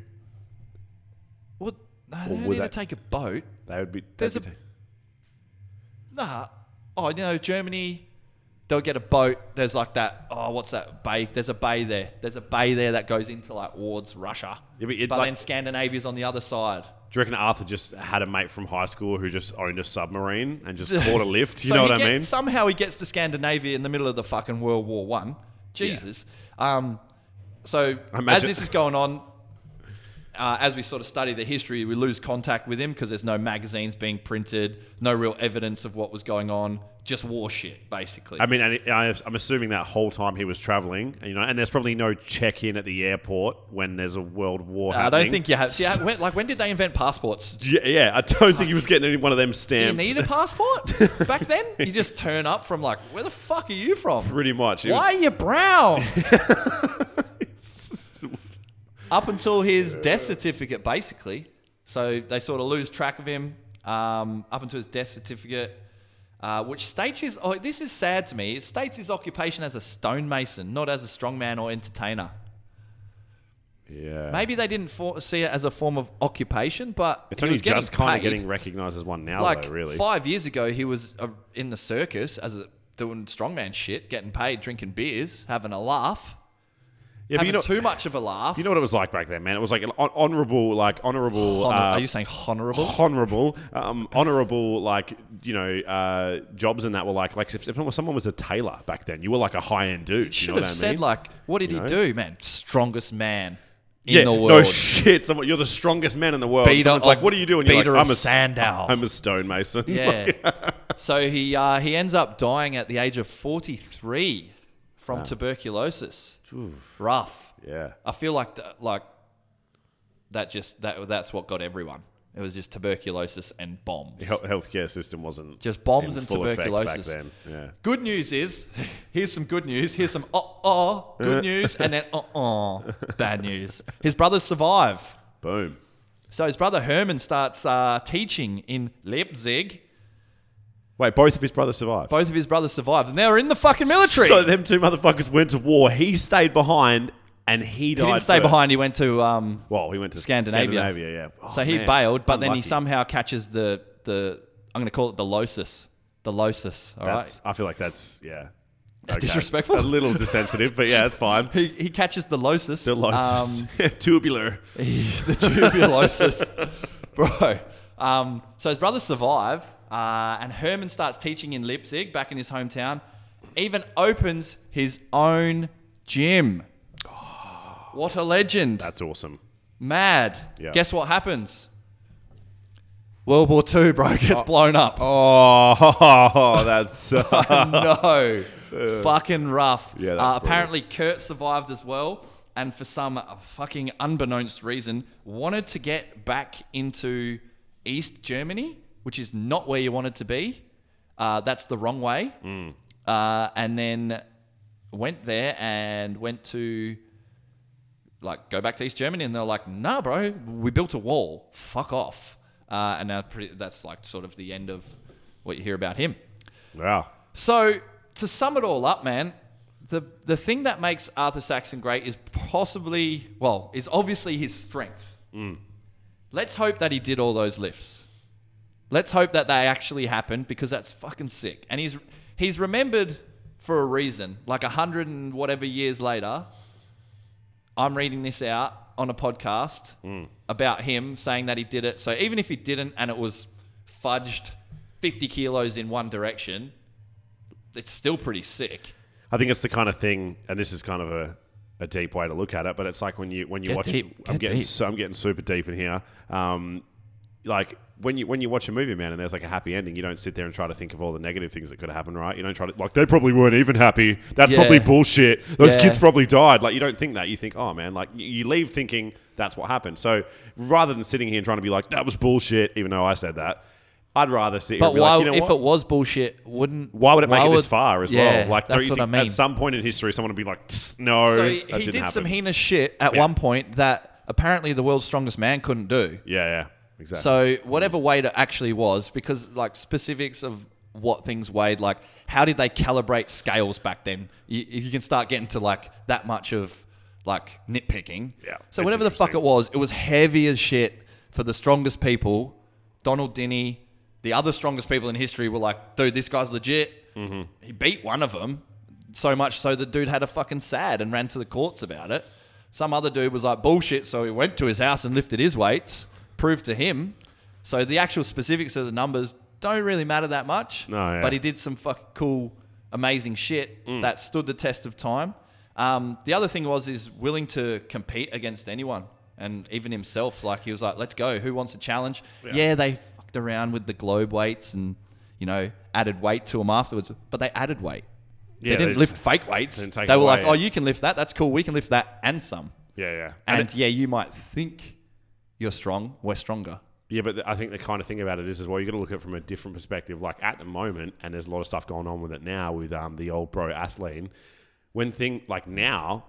Speaker 1: What? No, they
Speaker 2: Well,
Speaker 1: don't
Speaker 2: would
Speaker 1: need to
Speaker 2: that-
Speaker 1: take a boat.
Speaker 2: they would be.
Speaker 1: There's
Speaker 2: There's
Speaker 1: a- Nah. Oh, you know, Germany, they'll get a boat. There's like that. Oh, what's that bay? There's a bay there. There's a bay there that goes into like wards Russia.
Speaker 2: Yeah, but you'd
Speaker 1: but
Speaker 2: like-
Speaker 1: then Scandinavia's on the other side.
Speaker 2: do you reckon Arthur just had a mate from high school who just owned a submarine and just caught a lift? You
Speaker 1: So
Speaker 2: know
Speaker 1: he
Speaker 2: what I
Speaker 1: get-
Speaker 2: mean?
Speaker 1: Somehow he gets to Scandinavia in the middle of the fucking World War One. Jesus. Um, so
Speaker 2: I imagine-
Speaker 1: as this is going on, uh, as we sort of study the history, we lose contact with him because there's no magazines being printed, no real evidence of what was going on, just war shit basically.
Speaker 2: I mean, and it- I, I'm assuming that whole time he was traveling, you know, and there's probably no check-in at the airport when there's a world war
Speaker 1: Uh, I
Speaker 2: happening.
Speaker 1: don't think you have. See,
Speaker 2: So-
Speaker 1: I- when, like, when did they invent passports?
Speaker 2: yeah, yeah, I don't think he was getting any one of them
Speaker 1: Do you
Speaker 2: stamps.
Speaker 1: need a passport back then? You just turn up from like, where the fuck are you from?
Speaker 2: Pretty much. It was-
Speaker 1: Why are you brown? Up until his death certificate, basically. So they sort of lose track of him um, up until his death certificate, uh, which states his. Oh, this is sad to me. It states his occupation as a stonemason, not as a strongman or entertainer.
Speaker 2: yeah.
Speaker 1: Maybe they didn't for- see it as a form of occupation, but
Speaker 2: It's
Speaker 1: he
Speaker 2: only
Speaker 1: was getting
Speaker 2: just kind
Speaker 1: paid.
Speaker 2: of getting recognised as one now,
Speaker 1: like
Speaker 2: though, really.
Speaker 1: five years ago he was uh, in the circus as a, doing strongman shit, getting paid, drinking beers, having a laugh.
Speaker 2: yeah, but
Speaker 1: having
Speaker 2: you know,
Speaker 1: too much of a laugh.
Speaker 2: you know what it was like back then, man. It was like an hon- honourable, like honourable,
Speaker 1: Honor-
Speaker 2: uh,
Speaker 1: are you saying honorable?
Speaker 2: honourable, um, honourable, like you know, uh, jobs and that were like, like if, if someone was a tailor back then, you were like a high end dude.
Speaker 1: should
Speaker 2: you know
Speaker 1: have
Speaker 2: what I
Speaker 1: said
Speaker 2: mean?
Speaker 1: like, what did
Speaker 2: You
Speaker 1: he
Speaker 2: know?
Speaker 1: do, man? Strongest man in
Speaker 2: yeah,
Speaker 1: the world.
Speaker 2: no shit. Someone, you're the strongest man in the world.
Speaker 1: Beater
Speaker 2: Someone's like,
Speaker 1: of-
Speaker 2: what are you doing? You're like,
Speaker 1: beater of
Speaker 2: I'm a s-
Speaker 1: Sandow."
Speaker 2: I'm a stonemason.
Speaker 1: yeah. so he uh, he ends up dying at the age of forty three from tuberculosis. Rough.
Speaker 2: yeah.
Speaker 1: I feel like th- like that just that that's what got everyone. It was just tuberculosis and bombs.
Speaker 2: Hel- healthcare system wasn't
Speaker 1: Just bombs
Speaker 2: in
Speaker 1: and
Speaker 2: full effect
Speaker 1: tuberculosis.
Speaker 2: back then. Yeah.
Speaker 1: Good news is, here's some good news. Here's some uh oh good news, and then uh oh bad news. His brothers survive.
Speaker 2: Boom.
Speaker 1: So his brother Herman starts uh, teaching in Leipzig.
Speaker 2: Wait, both of his brothers survived.
Speaker 1: Both of his brothers survived, and they were in the fucking military.
Speaker 2: So them two motherfuckers went to war. He stayed behind, and he
Speaker 1: he
Speaker 2: died.
Speaker 1: didn't stay
Speaker 2: first.
Speaker 1: behind. He went to um,
Speaker 2: Well, he went to
Speaker 1: Scandinavia.
Speaker 2: Scandinavia, yeah. Oh,
Speaker 1: so he
Speaker 2: man.
Speaker 1: bailed, but then he
Speaker 2: Unlucky.
Speaker 1: somehow catches the the I'm going to call it the losis, the losis. All right.
Speaker 2: That's, I feel like that's yeah.
Speaker 1: disrespectful?
Speaker 2: A little desensitive, but yeah, it's fine.
Speaker 1: He, he catches the losis.
Speaker 2: The losses.
Speaker 1: um,
Speaker 2: tubular.
Speaker 1: the tuberculosis, bro. Um, so his brothers survive, uh, and Herman starts teaching in Leipzig, back in his hometown. Even opens his own gym. What a legend!
Speaker 2: That's awesome.
Speaker 1: Mad.
Speaker 2: Yeah.
Speaker 1: Guess what happens? World War II, bro, gets blown up.
Speaker 2: Oh, that's
Speaker 1: no. fucking rough.
Speaker 2: Yeah, that's
Speaker 1: uh,
Speaker 2: brutal.
Speaker 1: apparently Kurt survived as well, and for some fucking unbeknownst reason, wanted to get back into East Germany, which is not where you wanted to be. Uh, that's the wrong way.
Speaker 2: Hmm.
Speaker 1: Uh, and then went there and went to like go back to East Germany, and they're like, "Nah, bro, we built a wall. Fuck off." Uh, and now pretty, that's like sort of the end of what you hear about him.
Speaker 2: wow.
Speaker 1: So to sum it all up, man, the the thing that makes Arthur Saxon great is possibly well, is obviously his strength. Let's hope that he did all those lifts. Let's hope that they actually happened because that's fucking sick. And he's he's remembered for a reason. Like a hundred and whatever years later, I'm reading this out on a podcast about him saying that he did it. So even if he didn't and it was fudged 50 kilos in one direction, it's still pretty sick.
Speaker 2: I think it's the kind of thing, and this is kind of a, a deep way to look at it, but it's like when you when you
Speaker 1: Get
Speaker 2: watch
Speaker 1: deep.
Speaker 2: I'm
Speaker 1: Get
Speaker 2: getting
Speaker 1: deep.
Speaker 2: so I'm getting super deep in here. Um, like when you when you watch a movie, man, and there's like a happy ending, you don't sit there and try to think of all the negative things that could have happened, right? You don't try to like they probably weren't even happy. That's
Speaker 1: Yeah.
Speaker 2: probably bullshit. Those
Speaker 1: Yeah.
Speaker 2: kids probably died. Like you don't think that. You think, oh man, like y- you leave thinking that's what happened. So rather than sitting here and trying to be like that was bullshit, even though I said that, I'd rather sit. here
Speaker 1: But
Speaker 2: and be
Speaker 1: why,
Speaker 2: like, you know
Speaker 1: if
Speaker 2: what?
Speaker 1: it was bullshit, wouldn't
Speaker 2: why would it make it this far as
Speaker 1: Yeah,
Speaker 2: well? Like,
Speaker 1: that's
Speaker 2: don't you
Speaker 1: what
Speaker 2: think
Speaker 1: I mean.
Speaker 2: at some point in history someone would be like, "Tss, no,
Speaker 1: so
Speaker 2: that
Speaker 1: he, he
Speaker 2: didn't
Speaker 1: did
Speaker 2: happen.
Speaker 1: some heinous shit at
Speaker 2: Yeah.
Speaker 1: one point that apparently the world's strongest man couldn't do.
Speaker 2: yeah, yeah, exactly.
Speaker 1: So whatever weight it actually was, because like specifics of what things weighed, like how did they calibrate scales back then? You, you can start getting to like that much of like nitpicking.
Speaker 2: Yeah,
Speaker 1: So
Speaker 2: it's
Speaker 1: whatever the fuck
Speaker 2: interesting.
Speaker 1: it was, it was heavy as shit for the strongest people. Donald Denny, the other strongest people in history, were like, dude, this guy's legit. Mm-hmm. He beat one of them so much so the dude had a fucking sad and ran to the courts about it. Some other dude was like, bullshit. So he went to his house and lifted his weights, proved to him. So the actual specifics of the numbers don't really matter that much.
Speaker 2: No, yeah.
Speaker 1: But he did some fucking cool, amazing shit
Speaker 2: Mm.
Speaker 1: that stood the test of time. Um, the other thing was is willing to compete against anyone and even himself. Like he was like, "Let's go. Who wants a challenge?" Yeah, they fucked around with the globe weights and you know added weight to them afterwards, but they added weight.
Speaker 2: Yeah,
Speaker 1: they didn't
Speaker 2: they
Speaker 1: lift
Speaker 2: just-
Speaker 1: fake weights.
Speaker 2: didn't take
Speaker 1: They
Speaker 2: it
Speaker 1: were like,
Speaker 2: away.
Speaker 1: "Oh, you can lift that. That's cool. We can lift that and some."
Speaker 2: yeah, yeah,
Speaker 1: And,
Speaker 2: and, it-
Speaker 1: yeah, you might think you're strong. We're stronger.
Speaker 2: yeah. But I think the kind of thing about it is as well, you got to look at it from a different perspective. Like at the moment, and there's a lot of stuff going on with it now with um, the old pro athlete. When thing like now,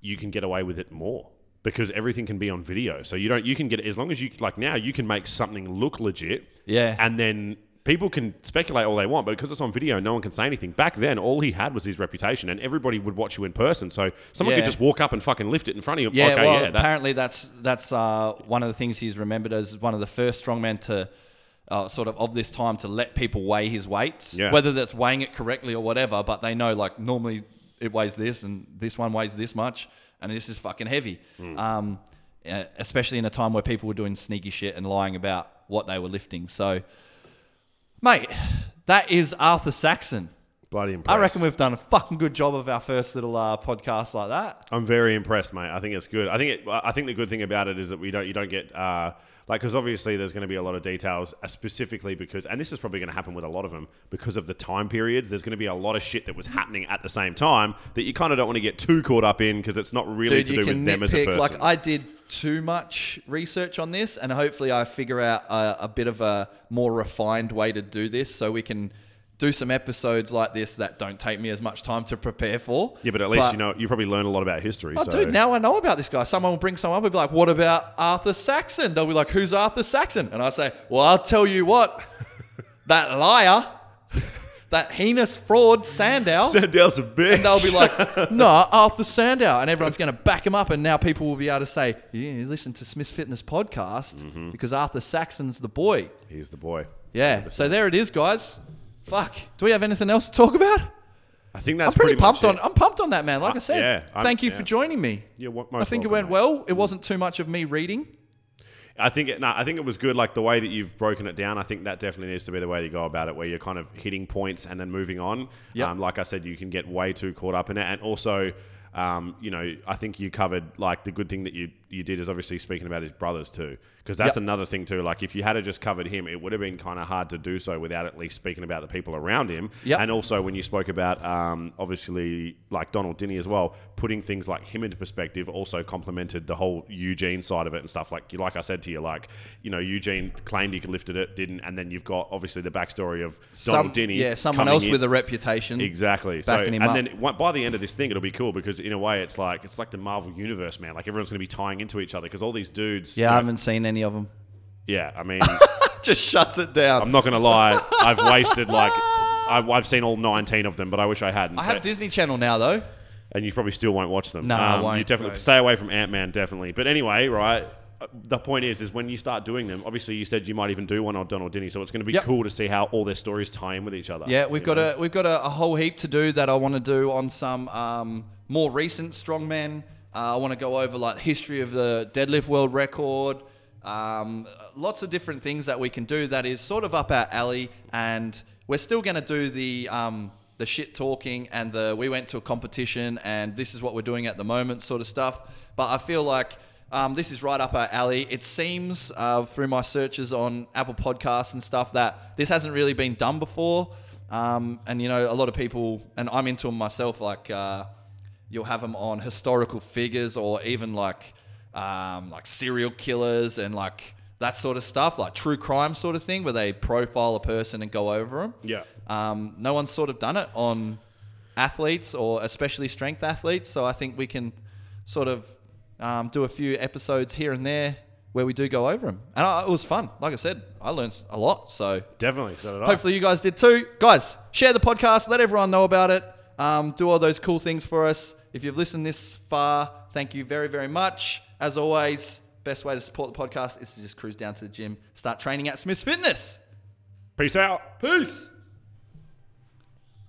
Speaker 2: you can get away with it more because everything can be on video. So you don't you can get as long as you like now you can make something look legit.
Speaker 1: Yeah.
Speaker 2: and then people can speculate all they want, but because it's on video, no one can say anything. Back then, all he had was his reputation, and everybody would watch you in person. So someone
Speaker 1: Yeah.
Speaker 2: could just walk up and fucking lift it in front of you.
Speaker 1: Yeah,
Speaker 2: okay,
Speaker 1: well,
Speaker 2: yeah, that,
Speaker 1: apparently that's that's uh, one of the things he's remembered as one of the first strongmen to uh, sort of of this time to let people weigh his weights,
Speaker 2: Yeah.
Speaker 1: whether that's weighing it correctly or whatever. But they know like normally it weighs this, and this one weighs this much, and this is fucking heavy.
Speaker 2: Hmm.
Speaker 1: Um, uh, especially in a time where people were doing sneaky shit and lying about what they were lifting. So, mate, that is Arthur Saxon.
Speaker 2: bloody impressed.
Speaker 1: I reckon we've done a fucking good job of our first little uh, podcast like that.
Speaker 2: I'm very impressed, mate. I think it's good. I think it, I think the good thing about it is that we don't you don't get uh, like because obviously there's going to be a lot of details uh, specifically because and this is probably going to happen with a lot of them because of the time periods. There's going to be a lot of shit that was happening at the same time that you kind of don't want to get too caught up in because it's not really
Speaker 1: Dude,
Speaker 2: to do with them as a
Speaker 1: nitpick.
Speaker 2: person.
Speaker 1: Like I did too much research on this, and hopefully I figure out a, a bit of a more refined way to do this, so we can do some episodes like this that don't take me as much time to prepare for.
Speaker 2: yeah, but at least you know you probably learn a lot about history.
Speaker 1: Oh,
Speaker 2: so.
Speaker 1: dude, now I know about this guy. Someone will bring someone up and be like, "What about Arthur Saxon?" They'll be like, "Who's Arthur Saxon?" And I say, "Well, I'll tell you what, that liar, that heinous fraud Sandow."
Speaker 2: Sandow's a bitch.
Speaker 1: And they'll be like, no, Arthur Sandow. And everyone's going to back him up. And now people will be able to say, yeah, you listen to Smith's Fitness podcast
Speaker 2: Mm-hmm.
Speaker 1: because Arthur Saxon's the boy.
Speaker 2: he's the boy.
Speaker 1: Yeah. So there it is, guys. Fuck. Do we have anything else to talk about?
Speaker 2: I think
Speaker 1: I'm
Speaker 2: that's
Speaker 1: pretty,
Speaker 2: much
Speaker 1: pumped on.
Speaker 2: it.
Speaker 1: I'm pumped on that, man. Like I
Speaker 2: Uh,
Speaker 1: said,
Speaker 2: yeah, I'm-
Speaker 1: thank you
Speaker 2: yeah.
Speaker 1: for joining me.
Speaker 2: You're wa-
Speaker 1: I
Speaker 2: most
Speaker 1: think it went
Speaker 2: welcome,
Speaker 1: well. It wasn't too much of me reading.
Speaker 2: I think it. No, I think it was good. Like the way that you've broken it down, I think that definitely needs to be the way to go about it, where you're kind of hitting points and then moving on.
Speaker 1: Yep.
Speaker 2: Um, like I said, you can get way too caught up in it, and also. Um, you know, I think you covered like the good thing that you you did is obviously speaking about his brothers too, because that's
Speaker 1: Yep.
Speaker 2: another thing too. Like if you had just covered him, it would have been kind of hard to do so without at least speaking about the people around him.
Speaker 1: Yep.
Speaker 2: And also when you spoke about um, obviously like Donald Dinny as well, putting things like him into perspective also complemented the whole Eugene side of it and stuff. Like you, like I said to you, like you know Eugene claimed he could lifted it, didn't, and then you've got obviously the backstory of Donald
Speaker 1: Some-
Speaker 2: Dinny.
Speaker 1: Yeah, someone
Speaker 2: coming
Speaker 1: else
Speaker 2: in.
Speaker 1: with a reputation.
Speaker 2: Exactly.
Speaker 1: Backing him
Speaker 2: so, and
Speaker 1: up.
Speaker 2: then one- by the end of this thing, it'll be cool because in a way, it's like it's like the Marvel universe, man. Like everyone's going to be tying into each other because all these dudes.
Speaker 1: Yeah, I
Speaker 2: you know-
Speaker 1: haven't seen any of them.
Speaker 2: yeah. I mean,
Speaker 1: Just shuts it down.
Speaker 2: I'm not going to lie. I've wasted like I, I've seen all 19 of them, but I wish I hadn't.
Speaker 1: I have
Speaker 2: But-
Speaker 1: Disney Channel now, though.
Speaker 2: and you probably still won't watch them. Um,
Speaker 1: No, I won't,
Speaker 2: You definitely
Speaker 1: no.
Speaker 2: stay away from Ant Man, definitely. But anyway, right. uh, The point is, is when you start doing them. Obviously, you said you might even do one on Donald Dinny, so it's going to be
Speaker 1: Yep.
Speaker 2: cool to see how all their stories tie in with each other.
Speaker 1: Yeah, we've
Speaker 2: you
Speaker 1: got
Speaker 2: know?
Speaker 1: a we've got a, a whole heap to do that I want to do on some um, more recent strongmen. Uh, I want to go over like history of the deadlift world record. Um, lots of different things that we can do that is sort of up our alley, and we're still going to do the um, the shit talking and the we went to a competition and this is what we're doing at the moment sort of stuff. But I feel like um, this is right up our alley. It seems uh, through my searches on Apple Podcasts and stuff that this hasn't really been done before. Um, and you know, a lot of people, and I'm into them myself. Like uh, you'll have them on historical figures or even like um, like serial killers and like that sort of stuff, like true crime sort of thing, where they profile a person and go over them.
Speaker 2: Yeah.
Speaker 1: Um, no one's sort of done it on athletes or especially strength athletes. So I think we can sort of um, do a few episodes here and there where we do go over them. And I, it was fun. Like I said, I learned a lot. So
Speaker 2: Definitely. So did I.
Speaker 1: hopefully you guys did too. Guys, share the podcast. Let everyone know about it. Um, do all those cool things for us. If you've listened this far, thank you very, very much. As always, best way to support the podcast is to just cruise down to the gym, start training at Smith's Fitness.
Speaker 2: Peace out.
Speaker 1: Peace.